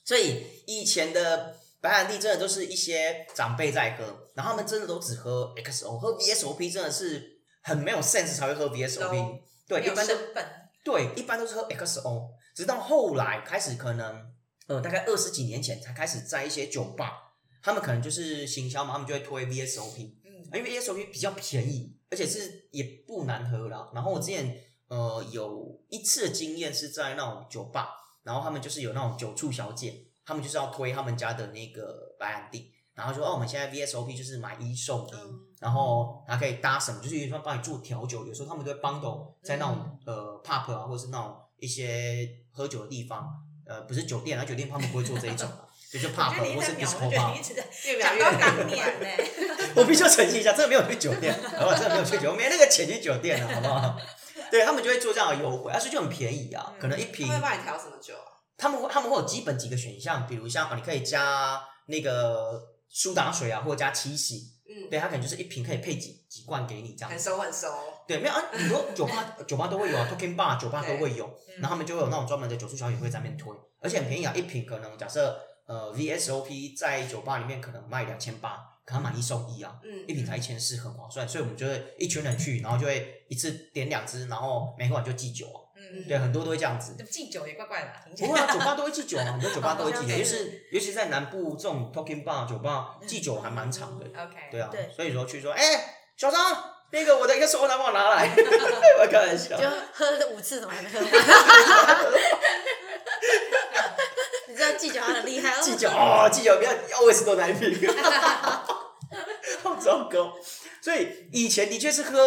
Speaker 2: 所以以前的白兰地真的都是一些长辈在喝，然后他们真的都只喝 XO，喝 VSOP 真的是很没有 sense 才会喝 VSOP
Speaker 1: No。
Speaker 2: 对，
Speaker 3: 没
Speaker 2: 一
Speaker 3: 有
Speaker 2: 般都
Speaker 3: 身份，
Speaker 2: 对，一般都是喝 XO，直到后来开始可能呃大概二十几年前才开始在一些酒吧，他们可能就是行销嘛，他们就会推 VSOP，
Speaker 3: 嗯，
Speaker 2: 因为 VSOP 比较便宜，而且是也不难喝啦。然后我之前呃有一次的经验是在那种酒吧，然后他们就是有那种酒醋小姐，他们就是要推他们家的那个白兰地。然后说哦，我们现在 VSOP 就是买一送一，
Speaker 4: 嗯
Speaker 2: 然后还可以搭什么，就是有点像帮你做调酒，有时候他们都会 bundle 在那种、
Speaker 3: 嗯
Speaker 2: 呃 pub 啊，或者是那种一些喝酒的地方，呃，不是酒店啊，酒店他们不会做这一种啊，也就 pub
Speaker 3: 我觉得你一
Speaker 2: 或
Speaker 3: 直
Speaker 2: 是
Speaker 3: 在秒，我
Speaker 2: disco pub
Speaker 3: 觉得你一。直在
Speaker 1: 越描
Speaker 3: 讲
Speaker 1: 越
Speaker 3: 到当
Speaker 1: 黑
Speaker 3: 年呢、
Speaker 2: 我必须要澄清一下，真的没有去酒店，我真的没有去酒，我没那个钱去酒店了，好不好？ 对他们就会做这样的优惠，而且就很便宜啊，
Speaker 3: 嗯
Speaker 2: 可能一瓶
Speaker 1: 他会帮你调什么酒啊？
Speaker 2: 他们会他们会有基本几个选项，比如像哦，你可以加那个苏打水啊，或者加七喜，
Speaker 1: 嗯，
Speaker 2: 对，它可能就是一瓶可以配几几罐给你这样
Speaker 1: 很
Speaker 2: 子。
Speaker 1: 熟很熟。
Speaker 2: 对，没有啊，很多酒吧酒吧都会有啊，Token Bar 酒吧都会有，
Speaker 3: 嗯
Speaker 2: 然后他们就会有那种专门的酒促小姐会在那边推，而且很便宜啊，一瓶可能假设呃 VSOP 在酒吧里面可能卖两千八，可能买一送一啊，
Speaker 1: 嗯
Speaker 2: 一，瓶才一千四，很划算，所以我们就会一群人去，然后就会一次点两支，然后每个晚就寄酒啊。
Speaker 3: 嗯，
Speaker 2: 对，很多都会这样子。
Speaker 3: 敬酒也怪怪的啊，听起
Speaker 2: 不
Speaker 3: 来
Speaker 2: 会啊，酒吧都会寄酒啊，很多酒吧都会寄
Speaker 4: 好
Speaker 2: 酒，
Speaker 4: 像
Speaker 2: 就是是尤其在南部这种 talking bar 酒吧寄酒还蛮长的。
Speaker 3: OK，
Speaker 2: 对啊
Speaker 4: 对，
Speaker 2: 所以说去说，哎，小张，那个我的一个手拿帮我拿来， 我开玩 笑。
Speaker 4: 就喝了五次，怎么还没喝完？ 你知道记酒他很厉害哦，
Speaker 2: 寄酒哦，寄酒不要 always 都难听， 好糟糕。所以以前的确是喝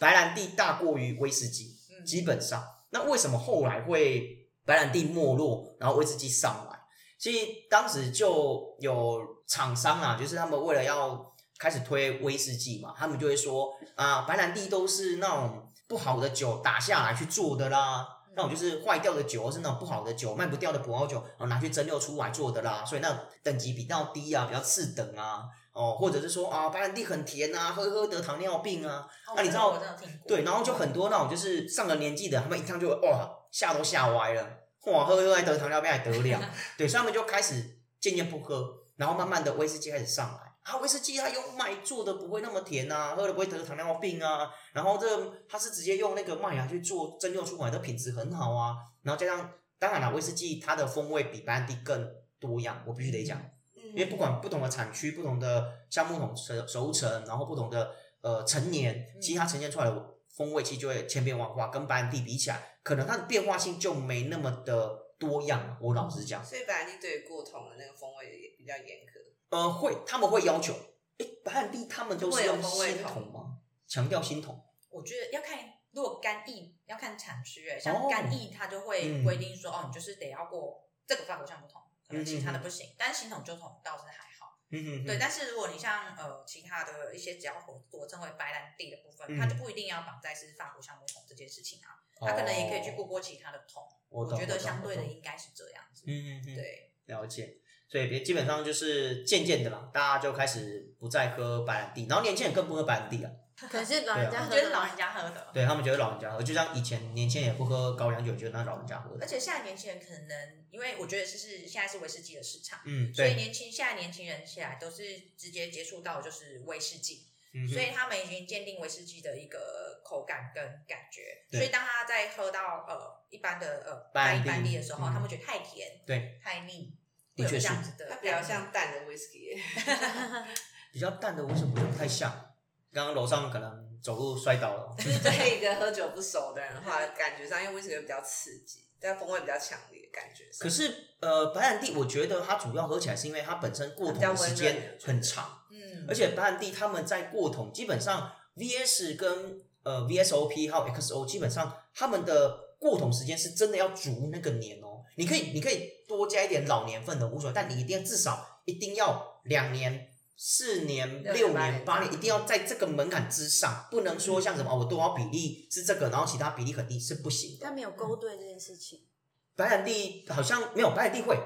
Speaker 2: 白兰地大过于威士忌，
Speaker 3: 嗯
Speaker 2: 基本上。那为什么后来会白兰地没落，然后威士忌上来？其实当时就有厂商啊，就是他们为了要开始推威士忌嘛，他们就会说啊、白兰地都是那种不好的酒打下来去做的啦，那种就是坏掉的酒，或是那种不好的酒、卖不掉的葡萄酒，然后拿去蒸馏出来做的啦，所以那种等级比较低啊，比较次等啊，哦，或者是说啊，白兰地很甜啊，喝喝得糖尿病啊，
Speaker 3: 哦
Speaker 2: 那你知道
Speaker 3: 我真的听过，
Speaker 2: 对，然后就很多那种就是上了年纪的，他们一看就哇吓都吓歪了，哇喝喝还得糖尿病还得了，对，所以他们就开始渐渐不喝，然后慢慢的威士忌开始上来。啊，威士忌它用麦做的不会那么甜啊，喝了不会得糖尿病啊。然后这它是直接用那个麦芽去做蒸馏出来的，品质很好啊。然后加上，当然了，威士忌它的风味比白兰地更多样，我必须得讲。因
Speaker 1: 嗯
Speaker 2: 为不管不同的产区、不同的橡木桶熟熟成，然后不同的呃成年，
Speaker 3: 嗯
Speaker 2: 其实它呈现出来的风味其实就会千变万化。跟白兰地比起来，可能它的变化性就没那么的多样。啊我老实讲，
Speaker 1: 所以白兰地对于过桶的那个风味也比较严苛，
Speaker 2: 呃，会他们会要求，诶，白兰地他们都是
Speaker 1: 会有
Speaker 2: 用
Speaker 1: 风味
Speaker 2: 新
Speaker 1: 桶
Speaker 2: 桶吗？强调新桶，
Speaker 3: 我觉得要看，如果干邑要看产区欸，
Speaker 2: 哦
Speaker 3: 像干邑它就
Speaker 2: 嗯
Speaker 3: 会规定说，哦，你就是得要过这个法国橡木桶，可能其他的
Speaker 2: 嗯嗯嗯
Speaker 3: 不行，但是新桶旧桶倒是还好。
Speaker 2: 嗯
Speaker 3: 对，但是如果你像呃其他的一些只要果果称为白兰地的部
Speaker 2: 嗯
Speaker 3: 分，它就不一定要绑在是法国橡木桶这件事情啊，
Speaker 2: 哦
Speaker 3: 它可能也可以去过过其他的桶。
Speaker 2: 我
Speaker 3: 我
Speaker 2: 懂
Speaker 3: 觉
Speaker 2: 我
Speaker 3: 得
Speaker 2: 懂
Speaker 3: 相
Speaker 2: 我
Speaker 3: 对的
Speaker 2: 懂
Speaker 3: 应该是这样子。
Speaker 2: 嗯嗯嗯，
Speaker 3: 对，
Speaker 2: 了解。所以别基本上就是渐渐的啦，大家就开始不再喝白兰地，然后年轻人更不喝白兰地啊了。
Speaker 4: 可是老人家
Speaker 3: 我
Speaker 4: 喝
Speaker 2: 啊
Speaker 3: 觉得
Speaker 4: 的
Speaker 3: 老人家喝的，
Speaker 2: 对他们觉得老人家喝，就像以前年轻人也不喝高粱酒，觉得那老人家喝
Speaker 3: 而
Speaker 2: 的。
Speaker 3: 且现在年轻人可能因为我觉得就是现在是威士忌的市场。
Speaker 2: 嗯，
Speaker 3: 所以
Speaker 2: 对，
Speaker 3: 年轻现在年轻人起来都是直接接触到就是威士忌，
Speaker 2: 嗯哼
Speaker 3: 所以他们已经鉴定威士忌的一个口感跟感觉。
Speaker 2: 对
Speaker 3: 所以当他在喝到呃一般的呃
Speaker 2: 白
Speaker 3: 白
Speaker 2: 兰地
Speaker 3: 兰地的时候，
Speaker 2: 嗯
Speaker 3: 他们觉得太甜，
Speaker 2: 对，
Speaker 3: 太腻，
Speaker 2: 的确
Speaker 3: 会有
Speaker 2: 是
Speaker 3: 这样子的
Speaker 1: 它
Speaker 3: 感
Speaker 1: 比
Speaker 3: 觉，
Speaker 1: 较像淡的 whisky，
Speaker 2: 比较淡的，为什么就不太像？刚刚楼上可能走路摔倒了，
Speaker 1: 就是对一个喝酒不熟的人的话，感觉上因为 whisky 比较刺激，但风味比较强烈，感觉上
Speaker 2: 可是呃，白兰地我觉得它主要喝起来是因为它本身过
Speaker 1: 比
Speaker 2: 桶的时
Speaker 1: 较温
Speaker 2: 间
Speaker 1: 润
Speaker 2: 很长，
Speaker 3: 嗯
Speaker 2: 而且白兰地他们在过桶基本上 VS 跟呃 VSOP 还有 XO 基本上他们的过桶时间是真的要足那个年哦。你可以你可以多加一点老年份的无所谓，但你一定要至少一定要两年、四年、
Speaker 1: 六年
Speaker 2: 六
Speaker 1: 八
Speaker 2: 年、
Speaker 1: 年
Speaker 2: 八年，一定要在这个门槛之上，不能说像什么哦我多少比例是这个，然后其他比例很低是不行的
Speaker 4: 他。没有勾兑这件事情，
Speaker 2: 白兰地好像没有，白兰地会，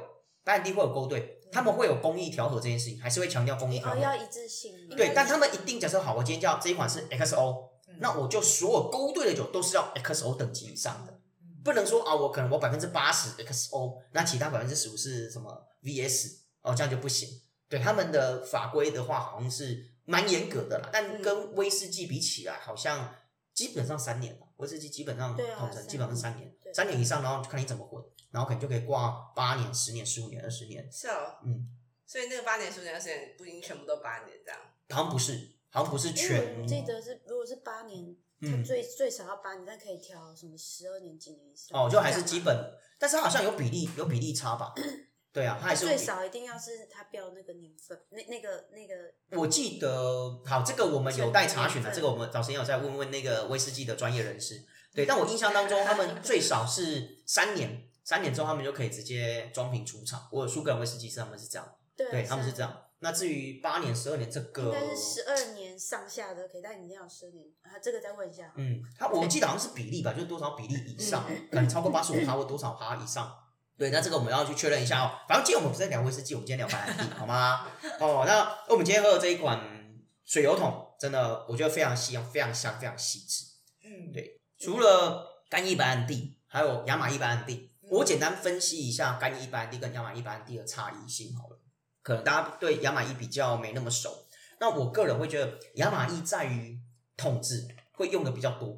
Speaker 2: 白兰地会有勾兑，他们会有工艺调和这件事情，还是会强调工艺调
Speaker 4: 哦，
Speaker 2: 和。
Speaker 4: 要一致性嘛。
Speaker 2: 对，但他们一定假设好，我今天叫这一款是 XO，、
Speaker 3: 嗯
Speaker 2: 那我就所有勾兑的酒都是要 XO 等级以上的，
Speaker 3: 嗯
Speaker 2: 不能说啊，我可能我百分之八十 XO，那其他百分之十五是什么 VS 哦，这样就不行。对他们的法规的话，好像是蛮严格的啦，但
Speaker 1: 嗯
Speaker 2: 跟威士忌比起来，好像基本上三年了。威士忌基本上
Speaker 4: 对啊
Speaker 2: 统
Speaker 4: 三
Speaker 2: 称
Speaker 4: 年
Speaker 2: 基本上是三年，
Speaker 4: 对
Speaker 2: 三年以上，然后就看你怎么混，然后可能就可以挂八年、十年、十五年、二十年。
Speaker 1: 是哦，
Speaker 2: 嗯，
Speaker 1: 所以那个八年、十年、二十年不一定全部都八年这样。
Speaker 2: 好像不是，好像不是
Speaker 4: 因为
Speaker 2: 全。
Speaker 4: 我记得是，如果是八年，他
Speaker 2: 嗯
Speaker 4: 最最少要八年，但可以
Speaker 2: 哦
Speaker 4: 调什么十二年、几年以上。
Speaker 2: 哦，就还是基本，但是它好像有比例有比例差吧？ 对啊，它还是
Speaker 4: 最少一定要是它标那个年份，那那个那个
Speaker 2: 我记得，好，这个我们有待查询的，这个我们早前有在问问那个威士忌的专业人
Speaker 4: 嗯
Speaker 2: 士。对，但我印象当中，他们 最少是三年，三年之后他们就可以直接装瓶出厂。我有苏格兰威士忌是他们是这样，
Speaker 4: 对啊
Speaker 2: 对，他们是这，样。那至于八年、十二年这
Speaker 4: 应
Speaker 2: 个，
Speaker 4: 该是十二年上下的可以，但你要十年啊，这个再问一下。
Speaker 2: 嗯，他我记得好像是比例吧，就是多少比例以
Speaker 4: 嗯
Speaker 2: 上，可能超过八十五趴或多少趴以上。对，那这个我们要去确认一下哦。反正今天我们不是在聊威士忌，我们今天聊白兰地，好吗？ 哦，那我们今天喝的这一款水油桶，真的我觉得非常香，非常香，非常细致。
Speaker 3: 嗯
Speaker 2: 对除了干邑白兰地，还有亚马邑白兰地，我简单分析一下干邑白兰地跟亚马邑白兰地的差异性好了。可能大家对亚马邑比较没那么熟，那我个人会觉得亚马邑在于桶子会用的比较多，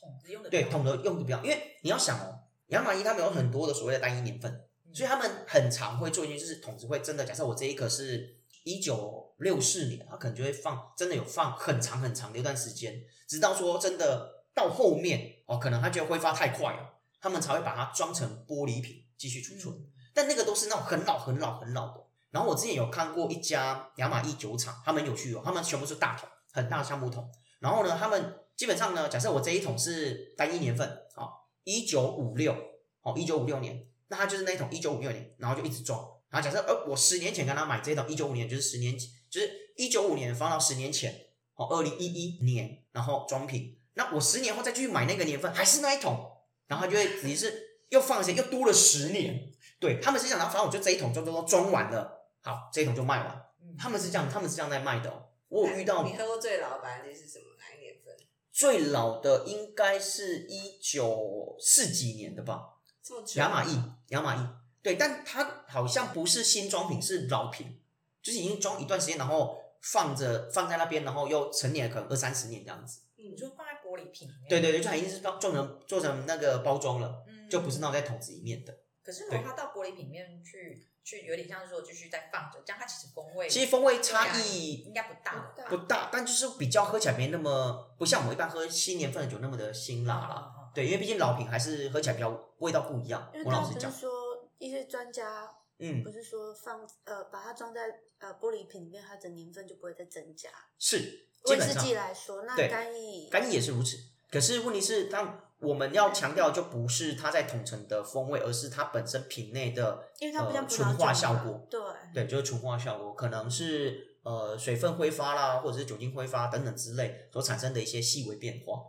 Speaker 3: 桶子用的
Speaker 2: 对桶的用的比较，因为你要想哦，亚马逊他们有很多的所谓的单一年份，
Speaker 3: 嗯
Speaker 2: 所以他们很常会做一件事，就是桶子会真的，假设我这一颗是一九六四年，它可能就会放，真的有放很长很长的一段时间，直到说真的到后面哦，可能它觉得挥发太快了，他们才会把它装成玻璃瓶继续储存。
Speaker 3: 嗯
Speaker 2: 但那个都是那种很老很老很老的。然后我之前有看过一家雅马邑酒厂，他们有趣哦，他们全部是大桶，很大的橡木桶。然后呢，他们基本上呢，假设我这一桶是单一年份，哦，一九五六，哦，一九五六年，那它就是那一桶一九五六年，然后就一直装。然后假设呃，我十年前跟他买这一桶一九五年，就是十年，就是一九五年放到十年前，哦，二零一一年，然后装瓶。那我十年后再去买那个年份，还是那一桶，然后它就会只是又放一些，又多了十年。对他们是这样，然后反正我就这一桶装装装装完了，好，这一桶就卖完。他们是这样，他们是这样在卖的、哦。我有遇到
Speaker 1: 你喝过最老的白兰地是什么？哪一年份？
Speaker 2: 最老的应该是一九四几年的吧，
Speaker 1: 这么久？
Speaker 2: 雅马邑，雅马邑。对，但它好像不是新装瓶，是老瓶，就是已经装一段时间，然后放着放在那边，然后又陈年了可能二三十年这样子。
Speaker 1: 嗯
Speaker 3: 你就放在玻璃瓶里
Speaker 4: 嗯
Speaker 3: 面。
Speaker 2: 对对对，就它已经是装做成做成那个包装了，
Speaker 4: 嗯
Speaker 3: 对
Speaker 2: 就不是。那种在桶子里面的。
Speaker 3: 可是如果它到玻璃瓶里面去，去有点像是说继续再放着，这样它其实风味
Speaker 2: 其实风味差异
Speaker 3: 应该不大了吧。
Speaker 2: 不大，但就是比较喝起来没那么不像我们一般喝新年份的酒那么的辛辣啦。
Speaker 3: 了。
Speaker 2: 对，因为毕竟老瓶还是喝起来比较味道不一样
Speaker 4: 因为。
Speaker 2: 我
Speaker 4: 大
Speaker 2: 老
Speaker 4: 家
Speaker 2: 实
Speaker 4: 不
Speaker 2: 讲
Speaker 4: 是，说一些专家
Speaker 2: 嗯
Speaker 4: 不，是说放呃把它装在呃玻璃瓶里面，它的年份就不会再增加。
Speaker 2: 是基
Speaker 4: 威
Speaker 2: 本
Speaker 4: 士
Speaker 2: 上
Speaker 4: 忌来说，那
Speaker 2: 对
Speaker 4: 干邑
Speaker 2: 干邑也是如此。可是问题是，当我们要强调的就不是它在桶陈的风味，而是它本身瓶内的
Speaker 4: 因为它不像
Speaker 2: 呃
Speaker 4: 葡萄
Speaker 2: 纯化
Speaker 4: 酒嘛
Speaker 2: 效果。
Speaker 4: 对，
Speaker 2: 对，就是纯化效果，可能是呃水分挥发啦，或者是酒精挥发等等之类所产生的一些细微变化。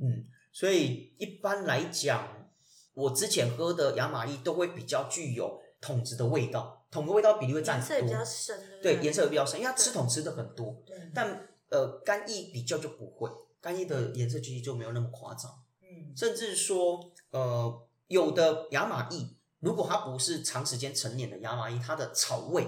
Speaker 2: 嗯，所以一般来讲，我之前喝的亚马逊都会比较具有桶子的味道，桶的味道比例会占
Speaker 4: 颜色也
Speaker 2: 很
Speaker 4: 比较
Speaker 2: 多，
Speaker 4: 深，对不
Speaker 2: 对，
Speaker 4: 对
Speaker 2: 颜色也比较深，因为它吃桶吃的很多，
Speaker 3: 对，
Speaker 2: 但呃干邑比较就不会，干邑的颜色其实就没有那么夸张。
Speaker 3: 嗯，
Speaker 2: 甚至说，呃，有的亚麻蚁，如果它不是长时间陈年的亚麻蚁，它的草味，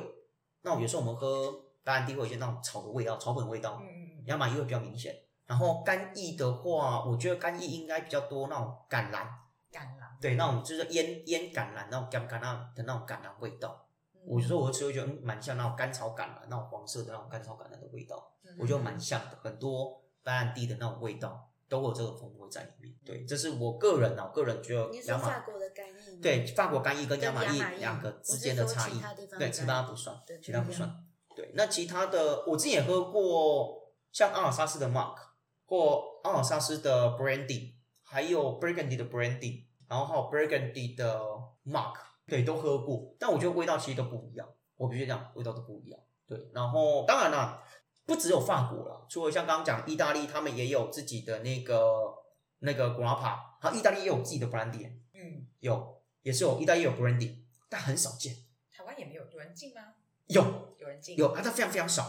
Speaker 2: 那有时候我们喝白兰地会有一些那种草的味道，草本味道，
Speaker 3: 嗯嗯
Speaker 2: 亚麻蚁会比较明显。然后干邑的话，我觉得干邑应该比较多那种橄榄，
Speaker 3: 橄榄，
Speaker 2: 对，那种就是腌腌橄榄那种橄橄榄的那种橄榄味道。我有时候我吃会觉得嗯蛮像那种甘草橄榄，那种黄色的那种甘草橄榄的味道。
Speaker 4: 嗯
Speaker 2: 我觉得蛮像的，很多白兰地的那种味道都会有这个风味在里面。对，这是我个人啊，我个人觉得
Speaker 4: 嗯你是
Speaker 2: 亚
Speaker 4: 说
Speaker 2: 马
Speaker 4: 法国的干邑吗
Speaker 2: 对法国干邑跟亚马
Speaker 4: 跟
Speaker 2: 邑
Speaker 4: 亚马邑
Speaker 2: 两个之间的差
Speaker 4: 我是说
Speaker 2: 异
Speaker 4: 其他地方，的
Speaker 2: 对，其他
Speaker 4: 干邑
Speaker 2: 不算
Speaker 4: 对，
Speaker 2: 其他不算。对，那其他的我之前也喝过，像阿尔萨斯的 Mark 或阿尔萨斯的 Brandy，还有 Burgundy 的 Brandy，然后还有 Burgundy 的 Mark，对，都喝过，但我觉得味道其实都不一样。我必须讲，味道都不一样。对，然后当然啦，不只有法国啦，除了像刚刚讲意大利，他们也有自己的那个那个 grappa，然后意大利也有自己的 brandy，
Speaker 3: 嗯，
Speaker 2: 有也是有意大利也有 brandy，但很少见。
Speaker 3: 台湾也没有有人进吗？
Speaker 2: 有
Speaker 3: 有人进，
Speaker 2: 有，啊，但非常非 常少，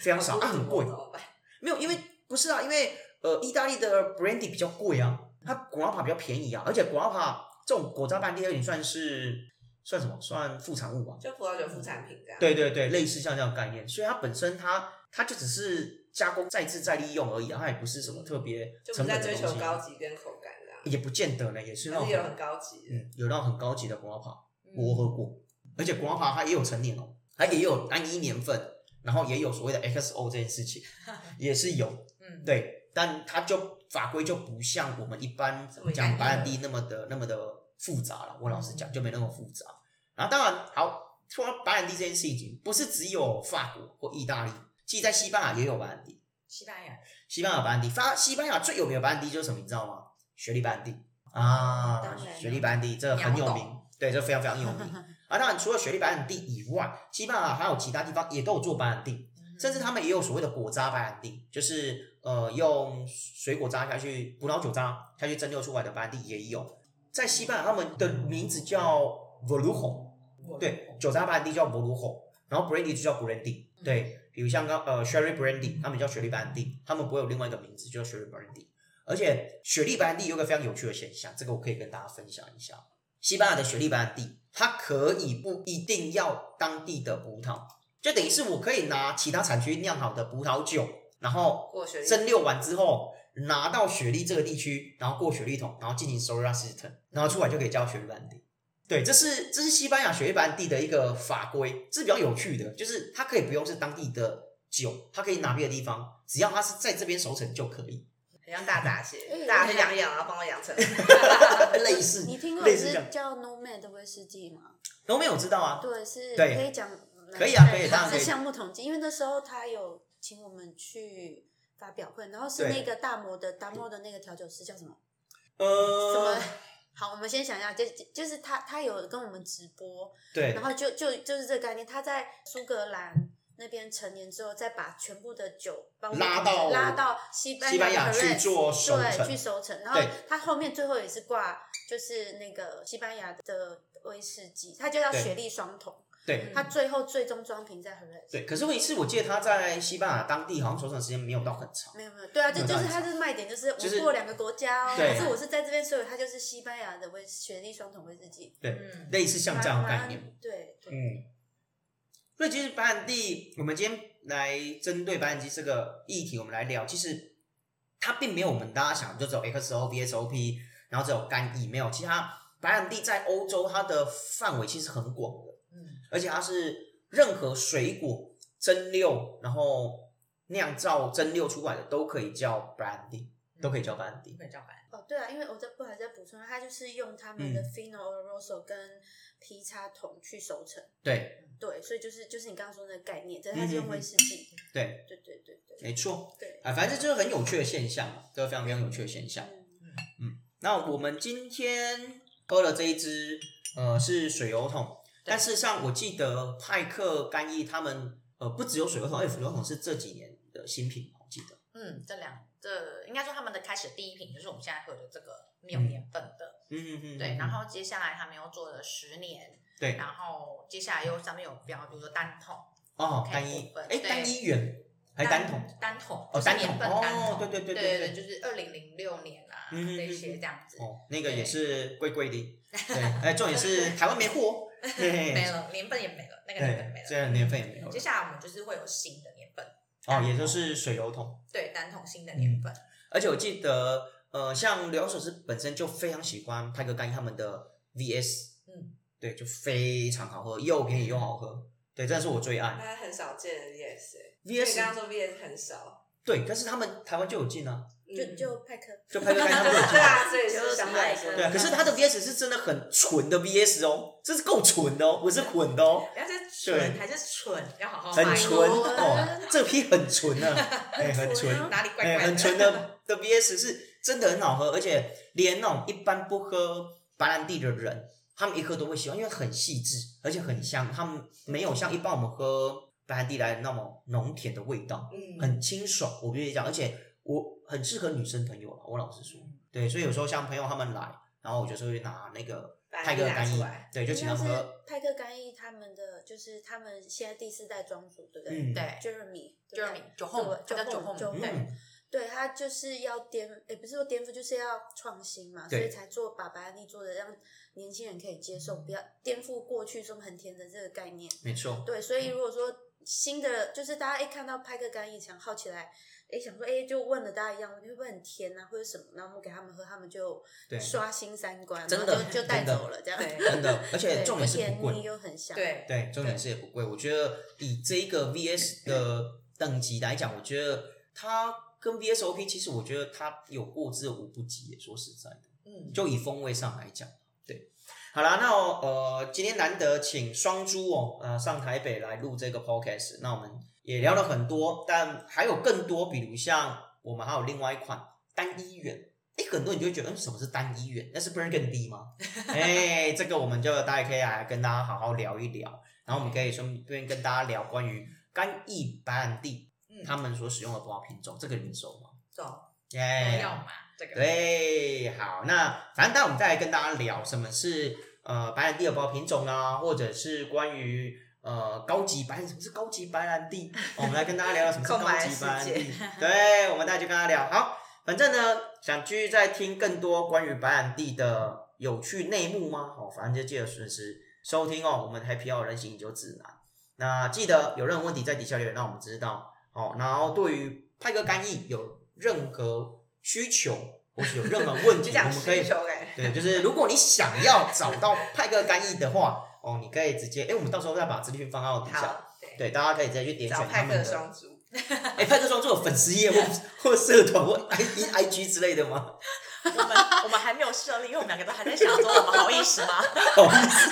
Speaker 2: 非常少，啊，很贵
Speaker 1: 怎。么办？
Speaker 2: 没有，因为不是啊，因为呃，意大利的 brandy 比较贵啊，它 grappa 比较便宜啊，而且 grappa 这种果渣班地有点算是算什么？算副产物吧。
Speaker 1: 就葡萄酒副产品这样。
Speaker 2: 对对对，类似像这样的概念，所以它本身它它就只是加工再制再利用而已啊，它也不是什么特别
Speaker 1: 就不
Speaker 2: 成本
Speaker 1: 再
Speaker 2: 的
Speaker 1: 追
Speaker 2: 东
Speaker 1: 求
Speaker 2: 西，
Speaker 1: 高级跟口感这样，
Speaker 2: 也不见得呢，也是那
Speaker 1: 还
Speaker 2: 种
Speaker 1: 是有很高级的。
Speaker 2: 嗯有那种很高级的瓜帕，我喝过，而且瓜帕它也有成年哦，它也有单一年份，然后也有所谓的 XO 这件 事情，也是有
Speaker 3: 嗯，
Speaker 2: 对，但它就法规就不像我们一般
Speaker 1: 这么
Speaker 2: 讲
Speaker 1: 严嗯
Speaker 2: 白兰地那么的那么的复杂了，我老实讲就没那么复杂。然后当然，好，说到白兰地这件事情，不是只有法国或意大利，其实在西班牙也有白兰地。
Speaker 3: 西班牙
Speaker 2: 西班牙白兰地，法西班牙最有名的白兰地就是什么，你知道吗？雪莉白兰地啊
Speaker 3: 当然，
Speaker 2: 雪莉白兰地这个很有
Speaker 3: 秒
Speaker 2: 名，对，这非常非常有名。啊，当然除了雪莉白兰地以外，西班牙还有其他地方也都有做白兰地，甚至他们也有所谓的果渣白兰地，就是呃用水果渣下去、葡萄酒渣下去蒸馏出来的白兰地也有。在西班牙，他们的名字叫 Volujo，对，酒渣白兰地叫 Volujo，然后 Brandy 就叫 Brandy，对，比如像刚呃 Sherry Brandy，他们叫雪莉白兰地，他们不会有另外一个名字，就叫 Sherry Brandy。而且雪莉白兰地有一个非常有趣的现象，这个我可以跟大家分享一下。西班牙的雪莉白兰地，它可以不一定要当地的葡萄，就等于是我可以拿其他产区酿好的葡萄酒，然后
Speaker 1: 过雪莉
Speaker 2: 蒸馏完之后拿到雪莉这个地区，然后过雪莉桶，然后进行 Sora system，然后出来就可以叫雪莉白兰地。对，这是这是西班牙雪莉白兰地的一个法规，这是比较有趣的，就是它可以不用是当地的酒，它可以拿别的地方，只要它是在这边熟成就可以，
Speaker 1: 很像大闸蟹，
Speaker 4: 嗯
Speaker 1: 大家去养一养，然后放到养成。
Speaker 2: 类似
Speaker 4: 你听过
Speaker 2: 类似这样
Speaker 4: 是。叫 Nomad 威士忌吗？
Speaker 2: 都没有知道啊，
Speaker 4: 对，是
Speaker 2: 对
Speaker 4: 可以讲，
Speaker 2: 可以啊
Speaker 4: 对
Speaker 2: 可以
Speaker 4: 它
Speaker 2: 当然可以
Speaker 4: 是项目统计，因为那时候他有请我们去发表会，然后是
Speaker 2: 对
Speaker 4: 那个大摩的大摩的那个调酒师叫什么？什
Speaker 2: 呃
Speaker 4: 么，？好，我们先想一下，就就就是他他有跟我们直播，
Speaker 2: 对
Speaker 4: 然后就就就是这个概念，他在苏格兰。那边成年之后，再把全部的酒包括
Speaker 2: 拉到
Speaker 4: 拉到西
Speaker 2: 西班牙
Speaker 4: Perret
Speaker 2: 去做熟
Speaker 4: 对，
Speaker 2: 成
Speaker 4: 去，熟成。然后
Speaker 2: 对
Speaker 4: 它后面最后也是挂，就是那个西班牙的威士忌，它就叫
Speaker 2: 对
Speaker 4: 雪莉双桶。
Speaker 2: 对
Speaker 4: 它最后最终装瓶在 h e r
Speaker 2: 对。可是问题是我记得他在西班牙当地好像熟成时间没有到很长，
Speaker 4: 没有没有，对啊，这
Speaker 2: 没有
Speaker 4: 就是
Speaker 2: 到
Speaker 4: 它的卖点，就是
Speaker 2: 就是
Speaker 4: 我过两个国家哦，
Speaker 2: 对
Speaker 4: 可是我是在这边，所以它就是西班牙的威雪莉双桶威士忌，
Speaker 2: 对
Speaker 3: 嗯
Speaker 2: 类似像这样的概
Speaker 4: 蛮
Speaker 2: 念。。
Speaker 4: 蛮对，对
Speaker 2: 嗯，所以其实白兰地，我们今天来针对白兰地这个议题，我们来聊，其实它并没有我们大家想的就只有 XO、VSOP，然后只有干邑，没有，其实它白兰地在欧洲它的范围其实很广的，
Speaker 3: 嗯
Speaker 2: 而且它是任何水果蒸馏，然后酿造蒸馏出来的都可以叫白兰地，都可以叫白兰地
Speaker 3: 日。本叫白，
Speaker 4: 哦对啊，因为我在不好意思再补充，它就是用他
Speaker 2: 嗯
Speaker 4: 们的 Fino Rosso 跟劈叉桶去熟成，
Speaker 2: 对
Speaker 4: 对，所以就是就是你刚刚说的那个概念，但是它是
Speaker 2: 嗯嗯
Speaker 4: 用
Speaker 2: 嗯
Speaker 4: 威士忌，
Speaker 2: 对，
Speaker 4: 对对对对
Speaker 2: 没错。
Speaker 4: 对，
Speaker 2: 啊，反正这就是很有趣的现象嘛，这个非常非常有趣的现象。
Speaker 4: 嗯
Speaker 2: 那我们今天喝了这一支，呃，是水油桶，但事实上我记得派克干邑他们，呃，不只有水油桶，哎，水油桶是这几年的新品，我记得，
Speaker 3: 嗯，这两这应该说他们的开始第一瓶就是我们现在喝的这个没有年份的，
Speaker 2: 嗯嗯嗯，
Speaker 3: 对，
Speaker 2: 嗯
Speaker 3: 然后接下来他们又做了十年，
Speaker 2: 对，
Speaker 3: 然后接下来又上面有标，比如说单桶、
Speaker 2: 哦，
Speaker 3: OK，
Speaker 2: 单一
Speaker 3: 部，分
Speaker 2: 哎，
Speaker 3: 对
Speaker 2: 单一元还单桶，
Speaker 3: 单桶
Speaker 2: 哦
Speaker 3: 就是
Speaker 2: 单桶
Speaker 3: 年份
Speaker 2: 哦
Speaker 3: 单桶，
Speaker 2: 对对对
Speaker 3: 对
Speaker 2: 对对
Speaker 3: 就是二零零六年啊
Speaker 2: 嗯嗯嗯
Speaker 3: 这些这样子，
Speaker 2: 哦，那个
Speaker 3: 对
Speaker 2: 也是贵贵 的，对，哎，重点是台湾没货，嘿嘿
Speaker 3: 没，了年份也没了，那个年份
Speaker 2: 对
Speaker 3: 没，了。
Speaker 2: 这年份也没有了
Speaker 3: 接，下来我们就是会有新的年份，
Speaker 2: 哦，也就是水油桶。
Speaker 3: 对单桶新的
Speaker 2: 嗯
Speaker 3: 年份，
Speaker 2: 而且我记得，呃，像刘守之本身就非常喜欢派克干他们的 VS，
Speaker 3: 嗯，
Speaker 2: 对，就非常好喝，又便宜又好喝，对，这是我最爱
Speaker 1: 大家很少见的 VS，欸因为
Speaker 2: VS，
Speaker 1: 刚刚说 VS 很少，
Speaker 2: 对，但是他们台湾就有进啊，
Speaker 4: 就
Speaker 1: 嗯
Speaker 4: 就派克，
Speaker 2: 就派克干他们有 进
Speaker 1: 对
Speaker 2: 啊，
Speaker 1: 啊，所以是想买
Speaker 4: 就是
Speaker 2: 对啊，可是他的 VS 是真的很纯的 VS 哦，这是够纯的哦，不是混的哦，
Speaker 3: 不要再
Speaker 2: 对
Speaker 3: 蠢还是蠢，要好好
Speaker 2: 很
Speaker 3: 买
Speaker 2: 纯
Speaker 4: 呦
Speaker 2: 哦，这批很纯啊，哎，很纯。
Speaker 3: 哪里怪
Speaker 2: 哎、
Speaker 3: 怪
Speaker 2: 很
Speaker 3: 的，
Speaker 2: 纯的的 VS 是真的很好喝，而且连那种一般不喝白兰地的人，他们一喝都会喜欢，因为很细致，而且很香。他们没有像一般我们喝白兰地来的那么浓甜的味道，
Speaker 1: 嗯，
Speaker 2: 很清爽。我必须讲，而且我很适合女生朋友啦，我老实说，对，所以有时候像朋友他们来，然后我就是会拿那个
Speaker 1: 白
Speaker 2: 泰
Speaker 1: 地
Speaker 2: 戈
Speaker 1: 拿
Speaker 2: 干
Speaker 1: 出
Speaker 2: 邑
Speaker 1: 来，，
Speaker 2: 对，就
Speaker 4: 应
Speaker 2: 请
Speaker 4: 该
Speaker 2: 他
Speaker 4: 是
Speaker 2: 们喝，
Speaker 4: 派克干邑他们的，就是他们现在第四代庄主，对不对、
Speaker 2: 嗯，
Speaker 3: 对
Speaker 4: j e r e m y j
Speaker 3: 就
Speaker 4: e
Speaker 3: 是
Speaker 4: r e
Speaker 3: 你
Speaker 4: m y
Speaker 3: 酒后
Speaker 4: 酒
Speaker 3: 叫酒
Speaker 4: 后
Speaker 3: 后
Speaker 4: 酒后
Speaker 3: 对
Speaker 2: 嗯，
Speaker 4: 对他就是要颠，也不是说颠覆，就是要创新嘛，所
Speaker 2: 对
Speaker 4: 以才做把白兰地做的让年轻人可以接受，不要颠覆过去说很甜的这个概念。
Speaker 2: 没错，
Speaker 4: 对，所以如果说新的，就是大家一看到派克干邑想好奇来，哎想说哎就问了大家一样，会不会很甜啊或者什么，然后我们给他们喝，他们就
Speaker 2: 对
Speaker 4: 刷新三观，
Speaker 2: 真的
Speaker 4: 然后就就带
Speaker 2: 真的
Speaker 4: 走了这样。
Speaker 3: 对
Speaker 2: 真的，而且
Speaker 4: 对
Speaker 2: 重点是不
Speaker 4: 甜
Speaker 2: 贵，
Speaker 4: 腻又很香。
Speaker 3: 对，嗯
Speaker 2: 对，重点是也不贵。我觉得以这一个 VS 的等级来讲，我觉得它跟 VSOP 其实我觉得它有过之而无不及耶。说实在的，啊
Speaker 3: 嗯，
Speaker 2: 就以风味上来讲，对。好啦，那我呃，今天难得请双猪哦，呃，上台北来录这个 podcast，那我们也聊了很多，但还有更多，比如像我们还有另外一款单一元。哎，很多人就会觉得，嗯，什么是单一元？那是 Burgundy 吗？哎，这个我们就大家可以来跟大家好好聊一聊，然后我们可以顺便跟大家聊关于干邑白兰地
Speaker 1: 嗯，
Speaker 2: 他们所使用的葡萄品种，这个你们熟吗？
Speaker 1: 走，
Speaker 2: 耶、
Speaker 3: 没有嘛，这个
Speaker 2: 哎对，好，那反正待会我们再来跟大家聊什么是呃白兰地的包品种啊，或者是关于呃高级白兰什么是高级白兰 地，哦我们来跟大家聊聊什么是高
Speaker 1: 空白
Speaker 2: 级白兰
Speaker 1: 世
Speaker 2: 地。 对，我们大家就跟他聊。好，反正呢，想继续再听更多关于白兰地的有趣内幕吗？哦，反正就记得准时收听哦，我们 Happy Hour 人形饮酒指南。那记得有任何问题在底下留言，让我们知道。哦，然后对于派哥干邑有任何需求或是有任何问
Speaker 1: 就
Speaker 2: 题，我
Speaker 1: 讲
Speaker 2: 们可以
Speaker 1: 需求感。
Speaker 2: 对，就是如果你想要找到派哥干邑的话，哦，你可以直接哎，我们到时候再把资讯放到底下。
Speaker 1: 好，
Speaker 2: 对，大家可以直接去点
Speaker 1: 找
Speaker 2: 选他
Speaker 1: 派
Speaker 2: 们
Speaker 1: 克
Speaker 2: 的。
Speaker 1: 双足，
Speaker 2: 哎、派克双做有粉丝页或或社团或 I I G 之类的吗？
Speaker 3: 我们 我们还没有设立，因为我们两个都还在想说，我们好意思吗？
Speaker 2: 好意思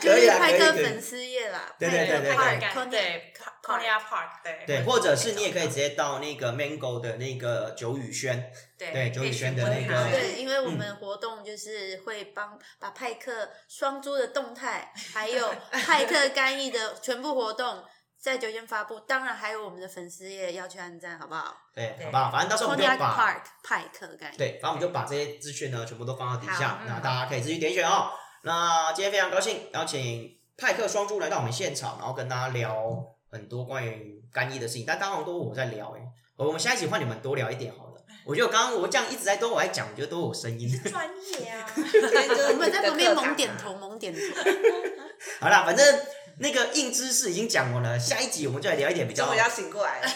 Speaker 4: 就
Speaker 2: 可以
Speaker 4: 是
Speaker 2: 啊，可
Speaker 4: 派
Speaker 2: 以
Speaker 4: 克
Speaker 2: 可以
Speaker 4: 粉。丝页啦，
Speaker 2: 对对对对
Speaker 4: 派克
Speaker 3: 对
Speaker 4: Park，
Speaker 3: 对 c o n y a Park 对
Speaker 2: 对，或者是你也可以直接到那个 Mango 的那个九宇轩，对
Speaker 3: 对
Speaker 2: 九宇轩的那个
Speaker 3: 可以询问他
Speaker 4: 对，
Speaker 2: 嗯
Speaker 4: 因为我们活动就是会帮把派克双珠的动态，还有派克干邑的全部活动在酒店发布，当然还有我们的粉丝也要去按赞，好不好
Speaker 2: 对，
Speaker 3: 对
Speaker 2: 好不好？反正到时候我们就
Speaker 4: ？Cognac
Speaker 2: 把
Speaker 4: Park 派克干邑，
Speaker 2: 对，反正我们就把这些资讯呢全部都放到底下
Speaker 4: 好，
Speaker 2: 那
Speaker 3: 嗯
Speaker 2: 大家可以自己点选哦。那今天非常高兴邀请派克双珠来到我们现场，然后跟大家聊很多关于干邑的事情，但当然都我在聊哎、我们下一集换你们多聊一点好了。我觉得我刚刚我这样一直在都我在讲，我觉得都有声音。
Speaker 3: 专业啊，
Speaker 1: 我
Speaker 4: 我们在 旁边猛点头，猛点头。
Speaker 2: 好啦，反正那个硬知识已经讲完了，下一集我们就来聊一点比较
Speaker 1: 终于要醒过来了。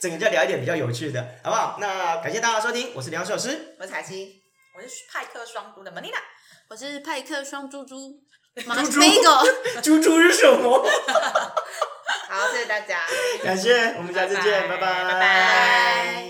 Speaker 2: 整个就聊一点比较有趣的，好不好？那感谢大家收听，我是梁老师，
Speaker 1: 我是彩青，
Speaker 3: 我是派克双足的 Manila，
Speaker 4: 我是派克双 猪猪，马
Speaker 2: 猪猪
Speaker 4: bagel，
Speaker 2: 猪猪是什么？
Speaker 1: 好，谢谢大家。
Speaker 2: 感谢，我们下次见，
Speaker 3: 拜拜
Speaker 2: 拜
Speaker 4: 拜。